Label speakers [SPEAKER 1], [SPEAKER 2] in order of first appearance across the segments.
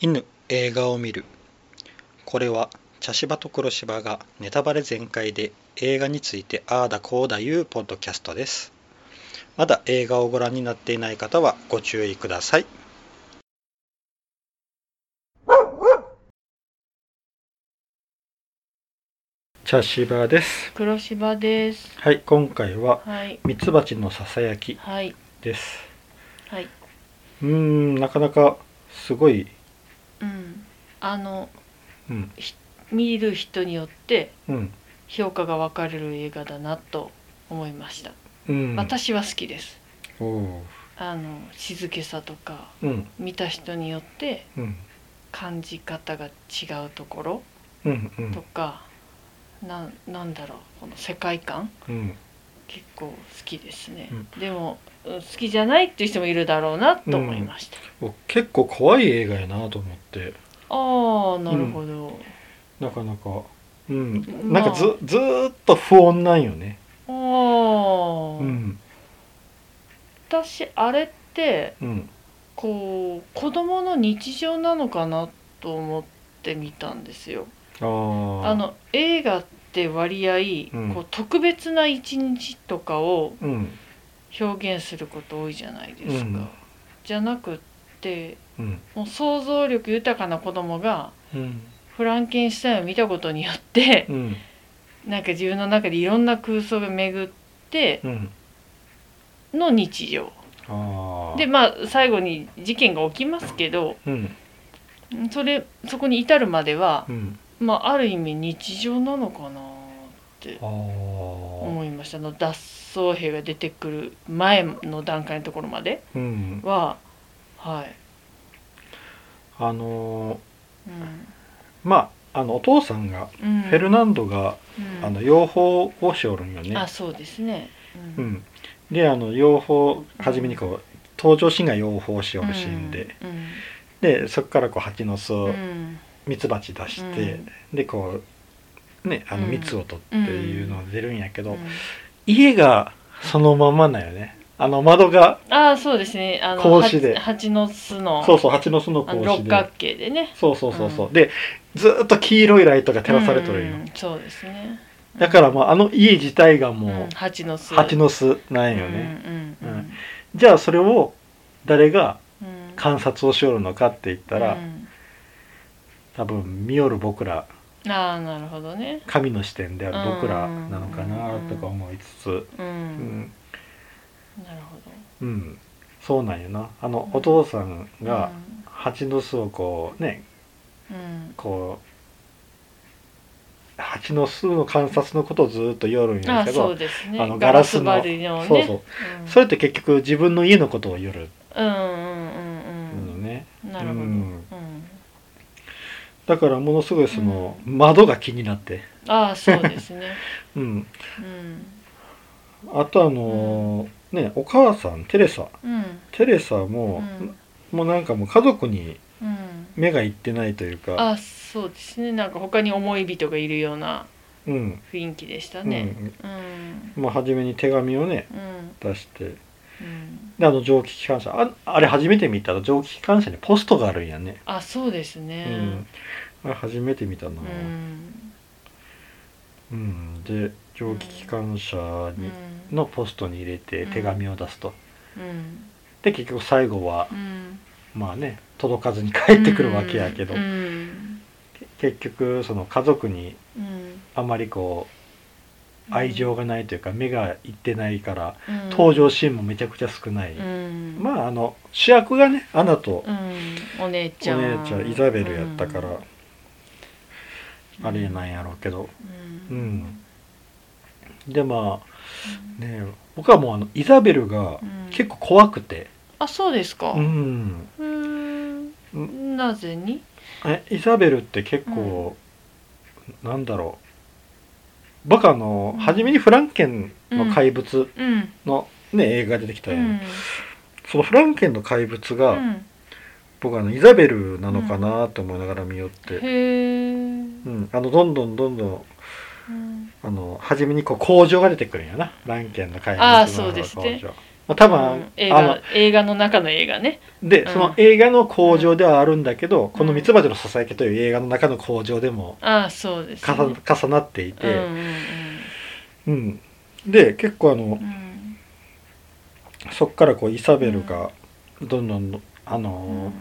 [SPEAKER 1] 犬映画を見るこれは茶芝と黒芝がネタバレ全開で映画についてああだこうだいうポッドキャストですまだ映画をご覧になっていない方はご注意ください茶芝です
[SPEAKER 2] 黒芝です。
[SPEAKER 1] はい今回は
[SPEAKER 2] はい。
[SPEAKER 1] ミツバチのささやき
[SPEAKER 2] はい。
[SPEAKER 1] です
[SPEAKER 2] はい。
[SPEAKER 1] うーんなかなかすごい
[SPEAKER 2] うん。あの、
[SPEAKER 1] うん
[SPEAKER 2] 見る人によって
[SPEAKER 1] うん
[SPEAKER 2] 評価が分かれる映画だなと思いました。
[SPEAKER 1] うん
[SPEAKER 2] 私は好きです。
[SPEAKER 1] おー
[SPEAKER 2] あの、静けさとか、
[SPEAKER 1] うん
[SPEAKER 2] 見た人によって
[SPEAKER 1] うん
[SPEAKER 2] 感じ方が違うところ
[SPEAKER 1] うんうん
[SPEAKER 2] とか、なん、なんだろう、この世界観
[SPEAKER 1] うん
[SPEAKER 2] 結構好きですね。
[SPEAKER 1] う
[SPEAKER 2] でも、うん好きじゃないっていう人もいるだろうなと思いました。
[SPEAKER 1] お結構怖い映画やなと思って
[SPEAKER 2] ああ、なるほど。
[SPEAKER 1] なかなかうん
[SPEAKER 2] ま
[SPEAKER 1] な
[SPEAKER 2] あ
[SPEAKER 1] んかず,、ずーっと不穏なんよね
[SPEAKER 2] あ
[SPEAKER 1] う
[SPEAKER 2] あ、
[SPEAKER 1] ん
[SPEAKER 2] 私あれって
[SPEAKER 1] うん
[SPEAKER 2] こう子供の日常なのかなと思ってみたんですよ。
[SPEAKER 1] あー
[SPEAKER 2] あの映画って割合、
[SPEAKER 1] うん
[SPEAKER 2] こう特別な一日とかを
[SPEAKER 1] うん
[SPEAKER 2] 表現すること多いじゃないですか。
[SPEAKER 1] うん
[SPEAKER 2] じゃなくって
[SPEAKER 1] うん
[SPEAKER 2] もう想像力豊かな子供が
[SPEAKER 1] うん
[SPEAKER 2] フランケンシュタインを見たことによって
[SPEAKER 1] うん
[SPEAKER 2] なんか自分の中でいろんな空想が巡って
[SPEAKER 1] うん
[SPEAKER 2] の日常。
[SPEAKER 1] ああ
[SPEAKER 2] でまあ最後に事件が起きますけど
[SPEAKER 1] うん
[SPEAKER 2] それそこに至るまでは
[SPEAKER 1] う、ん
[SPEAKER 2] まあ、ある意味日常なのかなって
[SPEAKER 1] ああ
[SPEAKER 2] 思いましたあの脱走兵が出てくる前の段階のところまで
[SPEAKER 1] うん
[SPEAKER 2] ははい、
[SPEAKER 1] あのー
[SPEAKER 2] うん
[SPEAKER 1] まああのお父さんが
[SPEAKER 2] うん、
[SPEAKER 1] フェルナンドが、
[SPEAKER 2] うん
[SPEAKER 1] あの養蜂をしおるんよね
[SPEAKER 2] あそうですね、
[SPEAKER 1] う
[SPEAKER 2] うん
[SPEAKER 1] であの養蜂初めにこう登場シーンが養蜂しおるシーンで、
[SPEAKER 2] うん
[SPEAKER 1] でそこからこう蜂の巣
[SPEAKER 2] う
[SPEAKER 1] を
[SPEAKER 2] ん
[SPEAKER 1] ミツバチ出して、でこうねあの
[SPEAKER 2] うん
[SPEAKER 1] 蜜を取っていうのが出るんやけど、
[SPEAKER 2] うん
[SPEAKER 1] 家がそのままなんよねあの窓が
[SPEAKER 2] ああそうですねあの
[SPEAKER 1] 格子で
[SPEAKER 2] 蜂蜂の巣の
[SPEAKER 1] そうそう蜂の巣の
[SPEAKER 2] あの
[SPEAKER 1] 格子
[SPEAKER 2] 六角
[SPEAKER 1] で
[SPEAKER 2] 形でね
[SPEAKER 1] そうそうそうそう、
[SPEAKER 2] う
[SPEAKER 1] でずーっと黄色いライトが照らされとるんよ、
[SPEAKER 2] うんそうですね
[SPEAKER 1] だからまああの家自体がも
[SPEAKER 2] ん蜂の巣
[SPEAKER 1] う蜂の巣なんよね、
[SPEAKER 2] うんうんうん
[SPEAKER 1] じゃあそれを誰が
[SPEAKER 2] うん
[SPEAKER 1] 観察をしおるのかって言ったら、
[SPEAKER 2] うん
[SPEAKER 1] 多分見よる僕ら
[SPEAKER 2] ああなるほどね
[SPEAKER 1] 神の視点である僕らなのかなとか思いつつ、う
[SPEAKER 2] うん、
[SPEAKER 1] ん
[SPEAKER 2] なるほど
[SPEAKER 1] うん、そうなんよなあの
[SPEAKER 2] うん
[SPEAKER 1] お父さんが蜂の巣をこうね
[SPEAKER 2] うんうん
[SPEAKER 1] こう蜂の巣の観察のことをずっと言おるん
[SPEAKER 2] あ
[SPEAKER 1] や
[SPEAKER 2] あ
[SPEAKER 1] け
[SPEAKER 2] そ
[SPEAKER 1] ど
[SPEAKER 2] うですね
[SPEAKER 1] あのガラスの
[SPEAKER 2] 張りのね
[SPEAKER 1] そうそう
[SPEAKER 2] うん、
[SPEAKER 1] それって結局自分の家のことを言る
[SPEAKER 2] うんうんうんうん
[SPEAKER 1] のね、
[SPEAKER 2] なるほど、
[SPEAKER 1] う
[SPEAKER 2] うんん
[SPEAKER 1] だからものすごいその窓が気になって、
[SPEAKER 2] ああそうですね
[SPEAKER 1] うん、
[SPEAKER 2] うん
[SPEAKER 1] あとあのーねお母さんテレサ
[SPEAKER 2] うん
[SPEAKER 1] テレサ
[SPEAKER 2] う
[SPEAKER 1] も、
[SPEAKER 2] ん
[SPEAKER 1] もうなんかもう家族に
[SPEAKER 2] うん
[SPEAKER 1] 目がいってないというか、
[SPEAKER 2] ああそうですねなんか他に思い人がいるような
[SPEAKER 1] うん
[SPEAKER 2] 雰囲気でしたねうん
[SPEAKER 1] うんまあ、初めに手紙をね
[SPEAKER 2] うん
[SPEAKER 1] 出して
[SPEAKER 2] うん
[SPEAKER 1] であの蒸気機関車ああれ初めて見たら蒸気機関車にポストがあるんやね、
[SPEAKER 2] あそうです
[SPEAKER 1] う
[SPEAKER 2] ね
[SPEAKER 1] あれ初めて見たな
[SPEAKER 2] うん、
[SPEAKER 1] うんで蒸気機関車
[SPEAKER 2] う
[SPEAKER 1] に、
[SPEAKER 2] ん
[SPEAKER 1] のポストに入れて
[SPEAKER 2] うん
[SPEAKER 1] 手紙を出すと、
[SPEAKER 2] うん
[SPEAKER 1] で結局最後は
[SPEAKER 2] うん
[SPEAKER 1] まあね届かずに帰ってくるわけやけど、
[SPEAKER 2] うん
[SPEAKER 1] 結局その家族に
[SPEAKER 2] うん
[SPEAKER 1] あまりこう愛情がないというか目がいってないから、
[SPEAKER 2] うん
[SPEAKER 1] 登場シーンもめちゃくちゃ少ない、
[SPEAKER 2] うん
[SPEAKER 1] まああの主役がねアナと
[SPEAKER 2] うんお姉
[SPEAKER 1] お
[SPEAKER 2] ちゃん
[SPEAKER 1] 姉ちゃんイザベルやったから、あれなんやろうけど、
[SPEAKER 2] うん
[SPEAKER 1] うんでまあね僕はもうあのイザベルが
[SPEAKER 2] うん
[SPEAKER 1] 結構怖くて、
[SPEAKER 2] あそうですか
[SPEAKER 1] うん
[SPEAKER 2] うーんなぜに
[SPEAKER 1] えイザベルって結構、なんだろう僕あの、
[SPEAKER 2] うん
[SPEAKER 1] 初めに「フランケンの怪物
[SPEAKER 2] うん
[SPEAKER 1] の、ね映画出てきた
[SPEAKER 2] う
[SPEAKER 1] よね、
[SPEAKER 2] ん
[SPEAKER 1] その「フランケンの怪物が」
[SPEAKER 2] うん
[SPEAKER 1] 僕あのイザベルなのかなと思いながら見よって、
[SPEAKER 2] へえ
[SPEAKER 1] うんあのどんどんどんどん
[SPEAKER 2] うん
[SPEAKER 1] あの初めにこう工場が出てくるんやなランケンの怪物の
[SPEAKER 2] あーそうですね
[SPEAKER 1] 工場まあ、多
[SPEAKER 2] う
[SPEAKER 1] 分
[SPEAKER 2] ん、映
[SPEAKER 1] あの
[SPEAKER 2] 画映画の中の映画ね
[SPEAKER 1] で、
[SPEAKER 2] うん
[SPEAKER 1] その映画の工場ではあるんだけど、この
[SPEAKER 2] うん
[SPEAKER 1] 「ミツバチのささやき」という映画の中の工場でも
[SPEAKER 2] ああそうです、
[SPEAKER 1] 重,、
[SPEAKER 2] ね、
[SPEAKER 1] 重なってい
[SPEAKER 2] うんう
[SPEAKER 1] て、
[SPEAKER 2] ん
[SPEAKER 1] うんで結構あの
[SPEAKER 2] うんうん
[SPEAKER 1] そっからこうイサベルがどんどんあのー、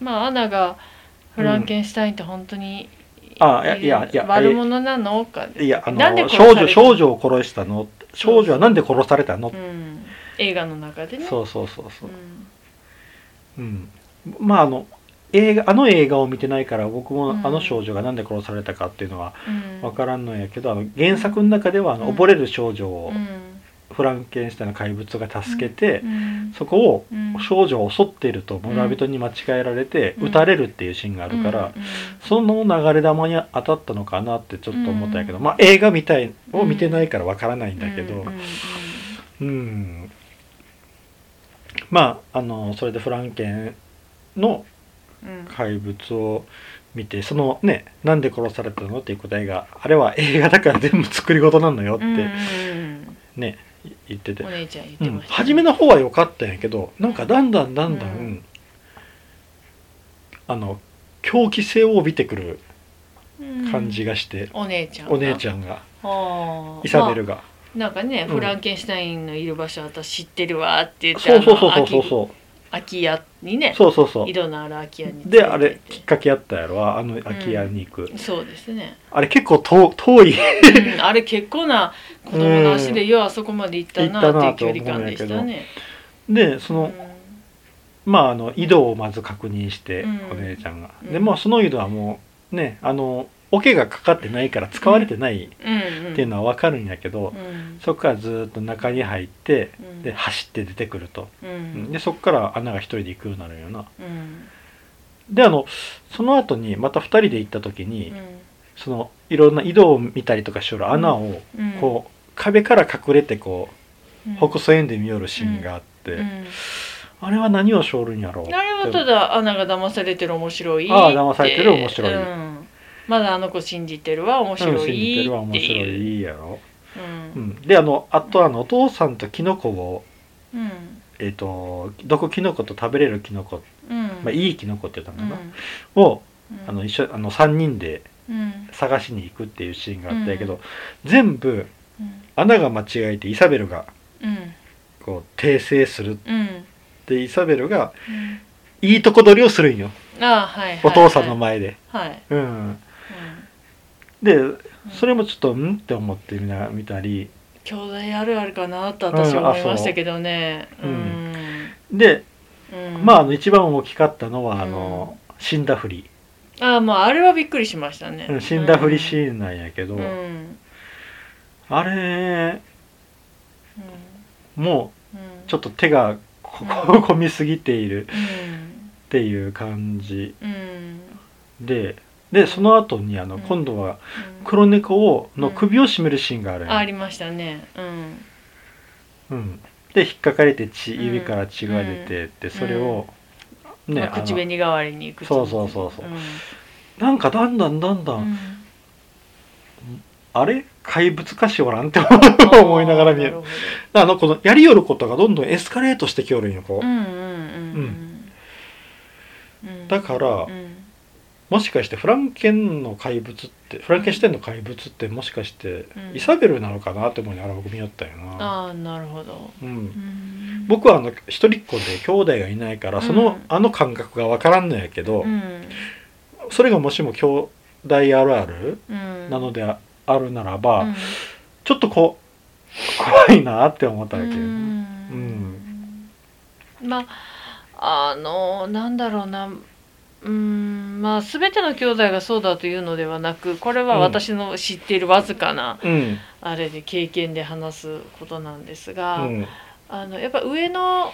[SPEAKER 2] まあアナが「フランケンシュタインって本当に
[SPEAKER 1] あいやいやいや
[SPEAKER 2] 悪者なの?」か
[SPEAKER 1] いやあの
[SPEAKER 2] なんで
[SPEAKER 1] ー
[SPEAKER 2] 殺
[SPEAKER 1] 少
[SPEAKER 2] され
[SPEAKER 1] 女
[SPEAKER 2] た
[SPEAKER 1] 少女を殺したの少女はなんで殺されたの、
[SPEAKER 2] うん、映画の中でね
[SPEAKER 1] そうそうそうそうう、
[SPEAKER 2] ん
[SPEAKER 1] うん、まああの映画あの映画を見てないから僕も
[SPEAKER 2] うん
[SPEAKER 1] あの少女がなんで殺されたかっていうのは
[SPEAKER 2] うん
[SPEAKER 1] 分からんのやけどあの原作の中ではあの
[SPEAKER 2] うん
[SPEAKER 1] 溺れる少女を
[SPEAKER 2] うん
[SPEAKER 1] フランケンシュタインの怪物が助けて
[SPEAKER 2] うん
[SPEAKER 1] そこを
[SPEAKER 2] うん
[SPEAKER 1] 少女を襲っていると村人に間違えられて
[SPEAKER 2] うん
[SPEAKER 1] 撃たれるっていうシーンがあるから
[SPEAKER 2] うん
[SPEAKER 1] その流れ玉に当たったのかなってちょっと思ったんやけど
[SPEAKER 2] うん
[SPEAKER 1] まあ映画みたいを見てないから分からないんだけど
[SPEAKER 2] うんうんう
[SPEAKER 1] う
[SPEAKER 2] ん
[SPEAKER 1] んまああのそれでフランケンの
[SPEAKER 2] うん
[SPEAKER 1] 怪物を見てそのねなんで殺されたのっていう答えがあれは映画だから全部作り事なのよっ
[SPEAKER 2] うん
[SPEAKER 1] て
[SPEAKER 2] うん
[SPEAKER 1] ね言ってて
[SPEAKER 2] お姉ちゃん言っ
[SPEAKER 1] う
[SPEAKER 2] て
[SPEAKER 1] ん、
[SPEAKER 2] ました、
[SPEAKER 1] 初めの方は良かったんやけどなんかだんだんだんだん、
[SPEAKER 2] うん
[SPEAKER 1] あの狂気性を帯びてくる感じ
[SPEAKER 2] が、
[SPEAKER 1] がして、
[SPEAKER 2] お姉ちゃん
[SPEAKER 1] お姉ち
[SPEAKER 2] ゃん
[SPEAKER 1] ゃんが
[SPEAKER 2] あー
[SPEAKER 1] イサベルが、
[SPEAKER 2] まあなんかね、
[SPEAKER 1] うん
[SPEAKER 2] フランケンシュタインのいる場所私知ってるわって言って
[SPEAKER 1] そうそうそうそうそう
[SPEAKER 2] う
[SPEAKER 1] そ
[SPEAKER 2] 空き家にね
[SPEAKER 1] うそうそうそう
[SPEAKER 2] 色のある空き家に連れて
[SPEAKER 1] であれ
[SPEAKER 2] って
[SPEAKER 1] きっかけやったやろあの空き家に行く、
[SPEAKER 2] そうですね、
[SPEAKER 1] あれ結構遠遠い
[SPEAKER 2] うんあれ結構な子供の足でようあそこまで行ったなっていう距離感でしたね
[SPEAKER 1] でそのまああの井戸をまず確認して、
[SPEAKER 2] うん
[SPEAKER 1] お姉ちゃんが、
[SPEAKER 2] うん
[SPEAKER 1] でまあその井戸はもうねあの桶がかかってないから使われてないっ
[SPEAKER 2] うんうんうん
[SPEAKER 1] ていうのはわかるんやけど、
[SPEAKER 2] うん
[SPEAKER 1] そこからずーっと中に入って
[SPEAKER 2] うん
[SPEAKER 1] で走って出てくると、
[SPEAKER 2] う
[SPEAKER 1] うん
[SPEAKER 2] ん
[SPEAKER 1] でそこから穴が一人で行くようになるよな
[SPEAKER 2] うん
[SPEAKER 1] であのその後にまた二人で行った時に、
[SPEAKER 2] うん
[SPEAKER 1] そのいろんな井戸を見たりとかしよる穴を
[SPEAKER 2] うん
[SPEAKER 1] こう、壁から隠れてこ
[SPEAKER 2] うん
[SPEAKER 1] う北斎園で見よるシーンがあって、
[SPEAKER 2] うん
[SPEAKER 1] あれは何をしょるんやろう
[SPEAKER 2] あれはただアナが騙されてる面白い
[SPEAKER 1] ああ騙されてる面白い
[SPEAKER 2] うんまだあの子信じてるわ面
[SPEAKER 1] うん
[SPEAKER 2] 白いって
[SPEAKER 1] 信じて
[SPEAKER 2] いう
[SPEAKER 1] るは面白いやろ、
[SPEAKER 2] う
[SPEAKER 1] うんん、であのあとあのお父さんとキノコを
[SPEAKER 2] うん
[SPEAKER 1] えっ、と毒キノコと食べれるキノコ、
[SPEAKER 2] うん
[SPEAKER 1] まあ、いいキノコって言った
[SPEAKER 2] う
[SPEAKER 1] の
[SPEAKER 2] ん
[SPEAKER 1] かな、を
[SPEAKER 2] うん
[SPEAKER 1] あの一緒あの3人で
[SPEAKER 2] うん
[SPEAKER 1] 探しに行くっていうシーンがあったんやけど、全部穴が間違えてイサベルが
[SPEAKER 2] うん
[SPEAKER 1] こう訂正するっ
[SPEAKER 2] うん
[SPEAKER 1] てイサベルが
[SPEAKER 2] うん
[SPEAKER 1] いいとこ取りをするんよ、
[SPEAKER 2] ああはいはいはい
[SPEAKER 1] お父さんの前で。
[SPEAKER 2] はい
[SPEAKER 1] うん、
[SPEAKER 2] う
[SPEAKER 1] で
[SPEAKER 2] ん
[SPEAKER 1] それもちょっとうんって思ってみな見たり
[SPEAKER 2] 兄弟あるあるかなと私は思いましたけどね
[SPEAKER 1] う
[SPEAKER 2] うんん
[SPEAKER 1] で、
[SPEAKER 2] うん
[SPEAKER 1] まああの一番大きかったのはあの、死んだふり、
[SPEAKER 2] ああまああれはびっくりしましたね
[SPEAKER 1] うん死んだふりシーンなんやけど、
[SPEAKER 2] うんうん
[SPEAKER 1] あれも
[SPEAKER 2] うん
[SPEAKER 1] うちょっと手がここ込みすぎている
[SPEAKER 2] うん
[SPEAKER 1] っていう感じ
[SPEAKER 2] うん
[SPEAKER 1] ででその後にあの、
[SPEAKER 2] うん
[SPEAKER 1] 今度は
[SPEAKER 2] うん
[SPEAKER 1] 黒猫をの首を絞めるシーンがあるん
[SPEAKER 2] ああ
[SPEAKER 1] や
[SPEAKER 2] りましたねうん
[SPEAKER 1] うん、で引っかかれて血
[SPEAKER 2] うん
[SPEAKER 1] 指から血が出てって、それを、ね、
[SPEAKER 2] まあ
[SPEAKER 1] あの
[SPEAKER 2] 口紅代わりに口
[SPEAKER 1] そうそうそうそう
[SPEAKER 2] うん
[SPEAKER 1] なんかだんだんだんだん、
[SPEAKER 2] うん
[SPEAKER 1] あれ怪物かしおらんって
[SPEAKER 2] あ ー
[SPEAKER 1] 思いながら見る
[SPEAKER 2] なるほど
[SPEAKER 1] あのこのやりよることがどんどんエスカレートしてきよるんよこう、
[SPEAKER 2] うんうんうんうんうん
[SPEAKER 1] だから
[SPEAKER 2] うん
[SPEAKER 1] もしかしてフランケンの怪物ってフランケンシュタインの怪物ってもしかして
[SPEAKER 2] うん
[SPEAKER 1] イサベルなのかなって思いながら僕見よったよな、
[SPEAKER 2] ああなるほど
[SPEAKER 1] うん
[SPEAKER 2] う、ん
[SPEAKER 1] 僕はあの一人っ子で兄弟がいないからその、
[SPEAKER 2] うん
[SPEAKER 1] あの感覚が分からんのやけど、
[SPEAKER 2] うん
[SPEAKER 1] それがもしも兄弟あるある
[SPEAKER 2] うん
[SPEAKER 1] なのでああるならば、
[SPEAKER 2] うん
[SPEAKER 1] ちょっとこう怖いなって思ったわけど、う
[SPEAKER 2] う
[SPEAKER 1] ん
[SPEAKER 2] んまああのなんだろうなうんまあ全ての兄弟がそうだというのではなくこれは私の知っているわずかな、
[SPEAKER 1] うん
[SPEAKER 2] あれで経験で話すことなんです
[SPEAKER 1] う
[SPEAKER 2] が、
[SPEAKER 1] ん
[SPEAKER 2] あのやっぱ上の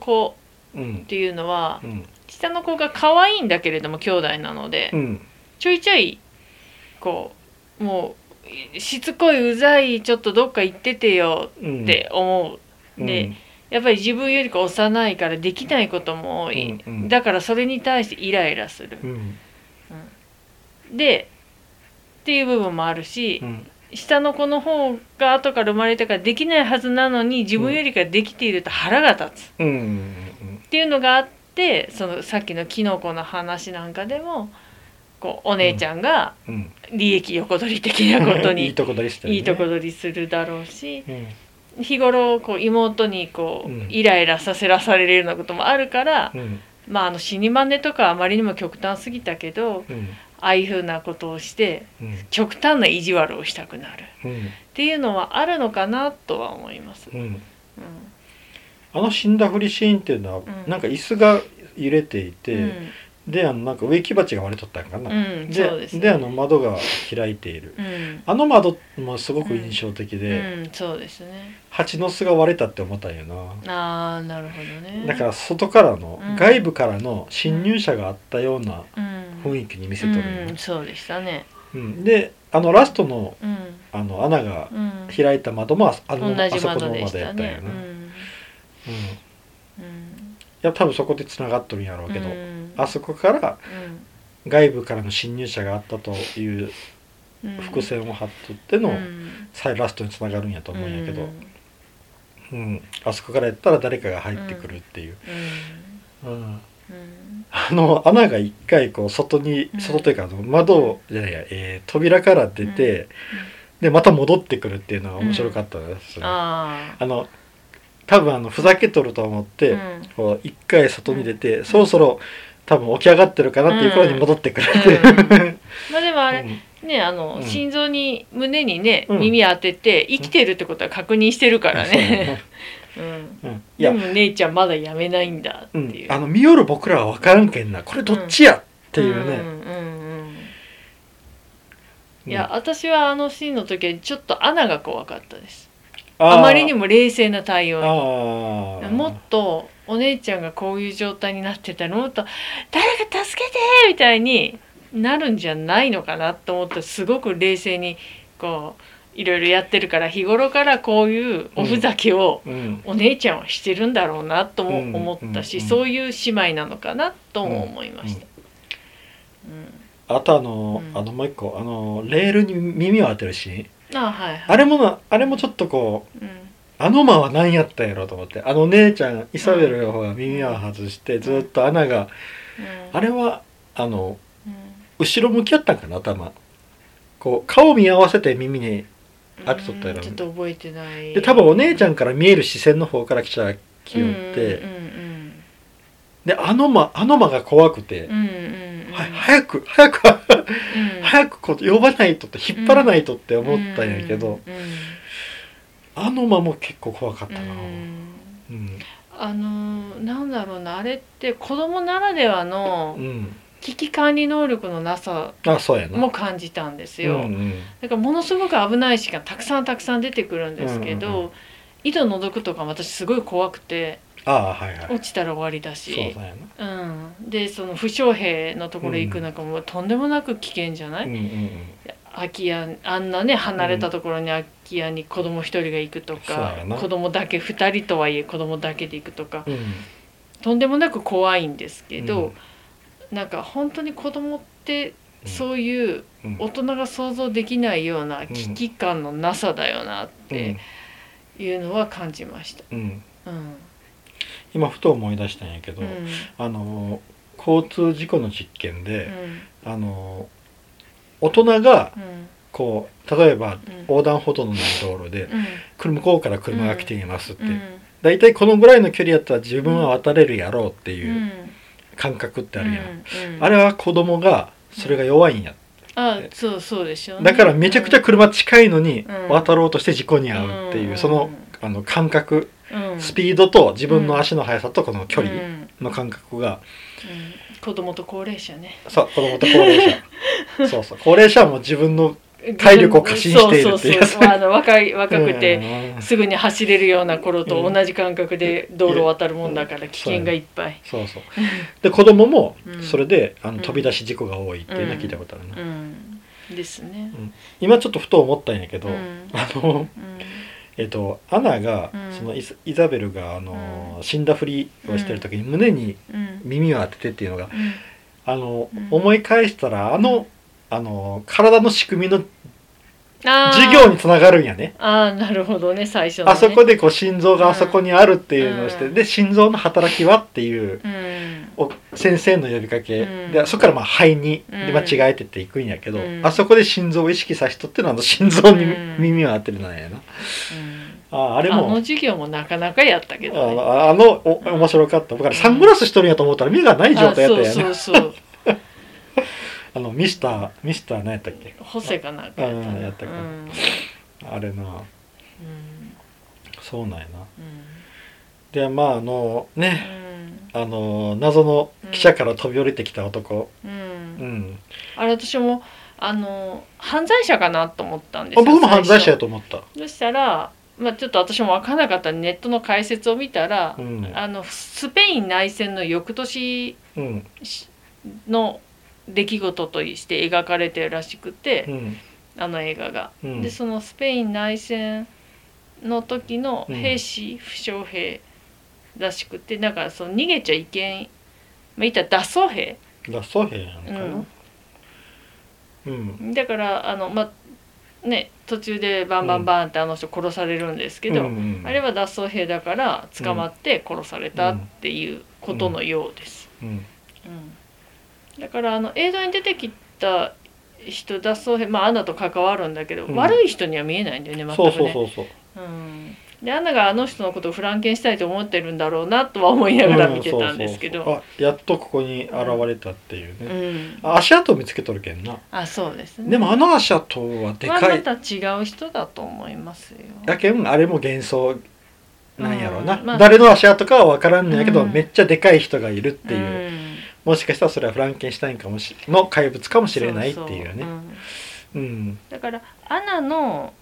[SPEAKER 2] 子
[SPEAKER 1] うん
[SPEAKER 2] っていうのは
[SPEAKER 1] うん
[SPEAKER 2] 下の子が可愛いんだけれども兄弟なので
[SPEAKER 1] うん
[SPEAKER 2] ちょいちょいこうもうしつこいうざいちょっとどっか行っててよ
[SPEAKER 1] うん
[SPEAKER 2] って思
[SPEAKER 1] う
[SPEAKER 2] う。
[SPEAKER 1] ん
[SPEAKER 2] で、やっぱり自分よりか幼いからできないことも多い、
[SPEAKER 1] うんうん
[SPEAKER 2] だからそれに対してイライラする
[SPEAKER 1] う、ん
[SPEAKER 2] でっていう部分もあるし
[SPEAKER 1] う、ん
[SPEAKER 2] 下の子の方が後から生まれたからできないはずなのに自分よりができていると腹が立つ
[SPEAKER 1] うんうん
[SPEAKER 2] っていうのがあってそのさっきのキノコの話なんかでもこうお姉ちゃんが
[SPEAKER 1] うんうん
[SPEAKER 2] 利益横取り的なこ と
[SPEAKER 1] いい
[SPEAKER 2] に
[SPEAKER 1] とこ取りしてるね
[SPEAKER 2] いいとこ取りするだろうし
[SPEAKER 1] うん
[SPEAKER 2] 日頃こう妹にこ
[SPEAKER 1] うん
[SPEAKER 2] うイライラさせらされるようなこともあるから
[SPEAKER 1] うん
[SPEAKER 2] まああの死にまねとかあまりにも極端すぎたけど
[SPEAKER 1] うん
[SPEAKER 2] ああいうふうなことをして
[SPEAKER 1] うん
[SPEAKER 2] 極端な意地悪をしたくなる
[SPEAKER 1] うん
[SPEAKER 2] っていうのはあるのかなとは思います。う
[SPEAKER 1] うんんあの死んだふりシーンっていうのは、
[SPEAKER 2] ん
[SPEAKER 1] なんか椅子が揺れていうて、
[SPEAKER 2] ん
[SPEAKER 1] であのなんか植木鉢が割れとったんかな、
[SPEAKER 2] うん
[SPEAKER 1] で
[SPEAKER 2] そうですね
[SPEAKER 1] あの窓が開いている、
[SPEAKER 2] うん
[SPEAKER 1] あの窓もすごく印象的で、
[SPEAKER 2] うんそうですね。
[SPEAKER 1] 蜂の巣が割れたって思ったんよな、
[SPEAKER 2] ああなるほどね。
[SPEAKER 1] だから外からの、
[SPEAKER 2] うん
[SPEAKER 1] 外部からの侵入者があったような
[SPEAKER 2] 雰
[SPEAKER 1] 雰
[SPEAKER 2] 囲
[SPEAKER 1] 囲気に見
[SPEAKER 2] 気
[SPEAKER 1] せとるよ
[SPEAKER 2] うん、
[SPEAKER 1] ね、
[SPEAKER 2] そうでしたね。
[SPEAKER 1] うんであのラストの
[SPEAKER 2] うん、
[SPEAKER 1] あの穴が
[SPEAKER 2] うん、
[SPEAKER 1] 開いた窓もああの
[SPEAKER 2] 同
[SPEAKER 1] あ
[SPEAKER 2] じ
[SPEAKER 1] そこの
[SPEAKER 2] 窓で
[SPEAKER 1] ま
[SPEAKER 2] し
[SPEAKER 1] でや
[SPEAKER 2] た
[SPEAKER 1] ったんや
[SPEAKER 2] ね
[SPEAKER 1] な、。
[SPEAKER 2] うん
[SPEAKER 1] うんい
[SPEAKER 2] うん
[SPEAKER 1] や多分そこで繋がっとるんやろうけど、
[SPEAKER 2] うん
[SPEAKER 1] あそこから
[SPEAKER 2] うん
[SPEAKER 1] 外部からの侵入者があったという
[SPEAKER 2] うん
[SPEAKER 1] 伏線を張っとっての、
[SPEAKER 2] うん
[SPEAKER 1] 再ラストにつながるんやと思うんやけど
[SPEAKER 2] う、ん
[SPEAKER 1] うんあそこからやったら誰かが入ってくるっていう、うん
[SPEAKER 2] うん
[SPEAKER 1] あの穴が一回こう外に
[SPEAKER 2] うん
[SPEAKER 1] 外というかあの窓をじゃないや、えー扉から出て、でまた戻ってくるっていうのが面白かったです、
[SPEAKER 2] うん、
[SPEAKER 1] ねあ
[SPEAKER 2] ああ、
[SPEAKER 1] の多分あのふざけとると思って、
[SPEAKER 2] うん
[SPEAKER 1] こう一回外に出て、そろそろ多分起き上がってるかなっていう頃に戻ってくるっていう、
[SPEAKER 2] まあでもあれ、
[SPEAKER 1] うん
[SPEAKER 2] ねあの、
[SPEAKER 1] うん
[SPEAKER 2] 心臓に胸にね
[SPEAKER 1] うん
[SPEAKER 2] 耳当てて生きてるってことは確認してるからね。うん、
[SPEAKER 1] うんい
[SPEAKER 2] で
[SPEAKER 1] や
[SPEAKER 2] も姉ちゃんまだやめないんだって
[SPEAKER 1] う
[SPEAKER 2] い
[SPEAKER 1] ん
[SPEAKER 2] う。、
[SPEAKER 1] あの見よる僕らは分からんけんなこれどっちや、っていうね、
[SPEAKER 2] んうんうん
[SPEAKER 1] うん
[SPEAKER 2] いや、私はあのシーンの時はちょっと穴が怖かったです
[SPEAKER 1] あ
[SPEAKER 2] あ
[SPEAKER 1] ー
[SPEAKER 2] まりにも冷静な対応
[SPEAKER 1] ああ
[SPEAKER 2] もっとお姉ちゃんがこういう状態になってたらもっと「誰か助けて!」みたいになるんじゃないのかなと思ってすごく冷静にこういろいろやってるから日頃からこういうおふざけを
[SPEAKER 1] うん
[SPEAKER 2] お姉ちゃんはしてるんだろうなとも思ったし、
[SPEAKER 1] うんうんうん
[SPEAKER 2] そういう姉妹なのかなとも思いました。
[SPEAKER 1] あとあの、
[SPEAKER 2] うん
[SPEAKER 1] あのもう一個あのレールに耳を当てるシーン
[SPEAKER 2] うんあはいはい
[SPEAKER 1] あれもなあれもちょっとこう
[SPEAKER 2] うん
[SPEAKER 1] あの間は何やったんやろうと思ってあの姉ちゃんイサベルの方が耳を外して、ずっと穴が
[SPEAKER 2] うん
[SPEAKER 1] あれはあの
[SPEAKER 2] うん
[SPEAKER 1] 後ろ向きやったんかな頭こう顔見合わせて耳にあとちょっとやろう
[SPEAKER 2] ちょっと覚えてない
[SPEAKER 1] で多分お姉ちゃんから見える視線の方から来ちゃきよって、
[SPEAKER 2] うんうん
[SPEAKER 1] であの間あの間が怖くて、
[SPEAKER 2] うんうんうん
[SPEAKER 1] は早く早く
[SPEAKER 2] うん
[SPEAKER 1] 早くこう呼ばないとって引っ張らないとって思ったんやけど、
[SPEAKER 2] うん
[SPEAKER 1] あの間も結構怖かった
[SPEAKER 2] う
[SPEAKER 1] な、うん
[SPEAKER 2] ん
[SPEAKER 1] うん
[SPEAKER 2] あのーなんだろうなあれって子供ならではの危機管理能力のなさ
[SPEAKER 1] あそうやな
[SPEAKER 2] も感じたんです
[SPEAKER 1] う
[SPEAKER 2] よ、
[SPEAKER 1] んうん
[SPEAKER 2] だからものすごく危ない時間たくさんたくさん出てくるんですけど、
[SPEAKER 1] うんうんう
[SPEAKER 2] 井戸のぞくとかも私すごい怖くて
[SPEAKER 1] ああはいはい
[SPEAKER 2] 落ちたら終わりだし
[SPEAKER 1] そうだよ
[SPEAKER 2] うん、でその負傷兵のところへ行くなんかもうとんでもなく危険じゃな
[SPEAKER 1] な、
[SPEAKER 2] い、
[SPEAKER 1] うんうんうん、
[SPEAKER 2] 空き家あんなね離れたところに空き家に子供一人が行くと
[SPEAKER 1] そう
[SPEAKER 2] か、
[SPEAKER 1] やな
[SPEAKER 2] 子供だけ二人とはいえ子供だけで行くとか
[SPEAKER 1] うんうん、
[SPEAKER 2] とんでもなく怖いんですけど、なんか本当に子供ってそういう
[SPEAKER 1] うん、
[SPEAKER 2] 大人が想像できないような危機感のなさだよなっ
[SPEAKER 1] うん
[SPEAKER 2] ていうのは感じました。
[SPEAKER 1] うん
[SPEAKER 2] うん
[SPEAKER 1] 今ふと思い出したんやけど、
[SPEAKER 2] うん
[SPEAKER 1] あの交通事故の実験
[SPEAKER 2] う
[SPEAKER 1] で、
[SPEAKER 2] ん
[SPEAKER 1] あの大人が
[SPEAKER 2] うん
[SPEAKER 1] こう例えば
[SPEAKER 2] うん
[SPEAKER 1] 横断歩道のない道路で
[SPEAKER 2] うん
[SPEAKER 1] 車向こうから車が来ていますって、
[SPEAKER 2] うん
[SPEAKER 1] だいたいこのぐらいの距離やったら自分は渡れるやろうっていう感覚ってあるやん、
[SPEAKER 2] うんうん
[SPEAKER 1] あれは子供がそれが弱いんや、
[SPEAKER 2] あそうそうでしょうね
[SPEAKER 1] だからめちゃくちゃ車近いのに
[SPEAKER 2] うん
[SPEAKER 1] 渡ろうとして事故に遭うっていう、そのあの感覚スピードと自分の足の速さとこの距
[SPEAKER 2] うんう
[SPEAKER 1] 離
[SPEAKER 2] ん
[SPEAKER 1] の感覚が、
[SPEAKER 2] 子供と高齢者ね
[SPEAKER 1] そう子供と高齢 者そうそう高齢者はもう自分の 体力を過信しているっていうやつ
[SPEAKER 2] そうそうそうあの若い若くて
[SPEAKER 1] うん
[SPEAKER 2] すぐに走れるような頃と同じ感覚で道路を渡るもんだから危険がいっぱい、
[SPEAKER 1] そうそうで子供も
[SPEAKER 2] うん
[SPEAKER 1] それであの
[SPEAKER 2] うん
[SPEAKER 1] 飛び出し事故が多いっていうの
[SPEAKER 2] う
[SPEAKER 1] は
[SPEAKER 2] ん
[SPEAKER 1] 聞いたことあるな、
[SPEAKER 2] うん、ですね
[SPEAKER 1] 今ちょっとふと思ったんやけど、
[SPEAKER 2] うん
[SPEAKER 1] あの
[SPEAKER 2] うん
[SPEAKER 1] えっとアナが、
[SPEAKER 2] うん
[SPEAKER 1] そのイスイザベルがあの、
[SPEAKER 2] うん
[SPEAKER 1] 死んだふりをしてる時に胸に
[SPEAKER 2] うん
[SPEAKER 1] 耳を当ててっていうのが
[SPEAKER 2] うん
[SPEAKER 1] あの、
[SPEAKER 2] うん
[SPEAKER 1] 思い返したらあのあの体の仕組みの
[SPEAKER 2] あー
[SPEAKER 1] 授業につながるんやね
[SPEAKER 2] ああなるほどね最初の、ね、
[SPEAKER 1] あそこでこう心臓があそこにあるっていうのをして、
[SPEAKER 2] うん
[SPEAKER 1] で心臓の働きはっていう
[SPEAKER 2] うん
[SPEAKER 1] お先生の呼びかけ、
[SPEAKER 2] うん
[SPEAKER 1] でそこからまあ肺にで間
[SPEAKER 2] うん
[SPEAKER 1] 違えてっていくんやけど、
[SPEAKER 2] うん
[SPEAKER 1] あそこで心臓を意識させとってのはあの心臓に
[SPEAKER 2] うん
[SPEAKER 1] 耳を当てるなんやな
[SPEAKER 2] うん
[SPEAKER 1] あーあれ
[SPEAKER 2] あの
[SPEAKER 1] も
[SPEAKER 2] 授業もなかなかやったけ
[SPEAKER 1] あ
[SPEAKER 2] ど、ね、
[SPEAKER 1] のあのお面白かった僕はサングラスしとるんやと思ったら目がない状態やったんやな、
[SPEAKER 2] あそうそうそう
[SPEAKER 1] あのミスターミスター何やったっけ
[SPEAKER 2] ホセかなんかやったな
[SPEAKER 1] うんやったか
[SPEAKER 2] う
[SPEAKER 1] なんあれな
[SPEAKER 2] うん
[SPEAKER 1] そうなんやな
[SPEAKER 2] うん
[SPEAKER 1] でまああの
[SPEAKER 2] う
[SPEAKER 1] ね
[SPEAKER 2] ん
[SPEAKER 1] あの謎の記者から飛び降りてきた男、
[SPEAKER 2] うん
[SPEAKER 1] うん、
[SPEAKER 2] あれ私もあの犯罪者かなと思ったんです
[SPEAKER 1] あ
[SPEAKER 2] よ
[SPEAKER 1] 僕も犯罪者
[SPEAKER 2] 最
[SPEAKER 1] や
[SPEAKER 2] 初
[SPEAKER 1] と思った、
[SPEAKER 2] そしたら、まあ、ちょっと私も分からなかったんでネットの解説を見たら、
[SPEAKER 1] うん
[SPEAKER 2] あのスペイン内戦の翌年
[SPEAKER 1] うん
[SPEAKER 2] の出来事として描かれてるらしく
[SPEAKER 1] う
[SPEAKER 2] て、
[SPEAKER 1] ん
[SPEAKER 2] あの映画が。
[SPEAKER 1] うん
[SPEAKER 2] でそのスペイン内戦の時の
[SPEAKER 1] うん
[SPEAKER 2] 兵士、負傷兵らしくてだからその逃げちゃいけん、まあ、いったら脱走兵
[SPEAKER 1] 脱走兵やんかなうん
[SPEAKER 2] だからあのまあね途中でバンバンバンってあの人殺されるんですけど、
[SPEAKER 1] うん
[SPEAKER 2] あれは脱走兵だから捕まって殺されたっていうことのようです。
[SPEAKER 1] うん
[SPEAKER 2] だからあの映像に出てきた人脱走兵まあアンナと関わるんだけど、
[SPEAKER 1] うん
[SPEAKER 2] 悪い人には見えないんだよね全く
[SPEAKER 1] そ
[SPEAKER 2] ね。
[SPEAKER 1] うそうそうそう
[SPEAKER 2] うん、でアンナがあの人のことをフランケンしたいと思ってるんだろうなとは思いながら見てたんですけ
[SPEAKER 1] うんそう
[SPEAKER 2] ど。
[SPEAKER 1] そうそうあやっとここに現れたっていう
[SPEAKER 2] う
[SPEAKER 1] ね、
[SPEAKER 2] ん、
[SPEAKER 1] あ足跡を見つけとるけんな
[SPEAKER 2] あそうですね。
[SPEAKER 1] でもあの足跡はで
[SPEAKER 2] まあ
[SPEAKER 1] か
[SPEAKER 2] ま
[SPEAKER 1] い
[SPEAKER 2] た違う人だと思いますよ。
[SPEAKER 1] やけんあれも幻想なんやろうな、
[SPEAKER 2] うんまあ
[SPEAKER 1] 誰の足跡かは分からんのやけど、
[SPEAKER 2] うん
[SPEAKER 1] めっちゃでかい人がいるっていう、
[SPEAKER 2] ん
[SPEAKER 1] もしかしたらそれはフランケンシュタインかもしの怪物かもしれないっていう
[SPEAKER 2] そ
[SPEAKER 1] ね
[SPEAKER 2] そん
[SPEAKER 1] うん
[SPEAKER 2] だからアナの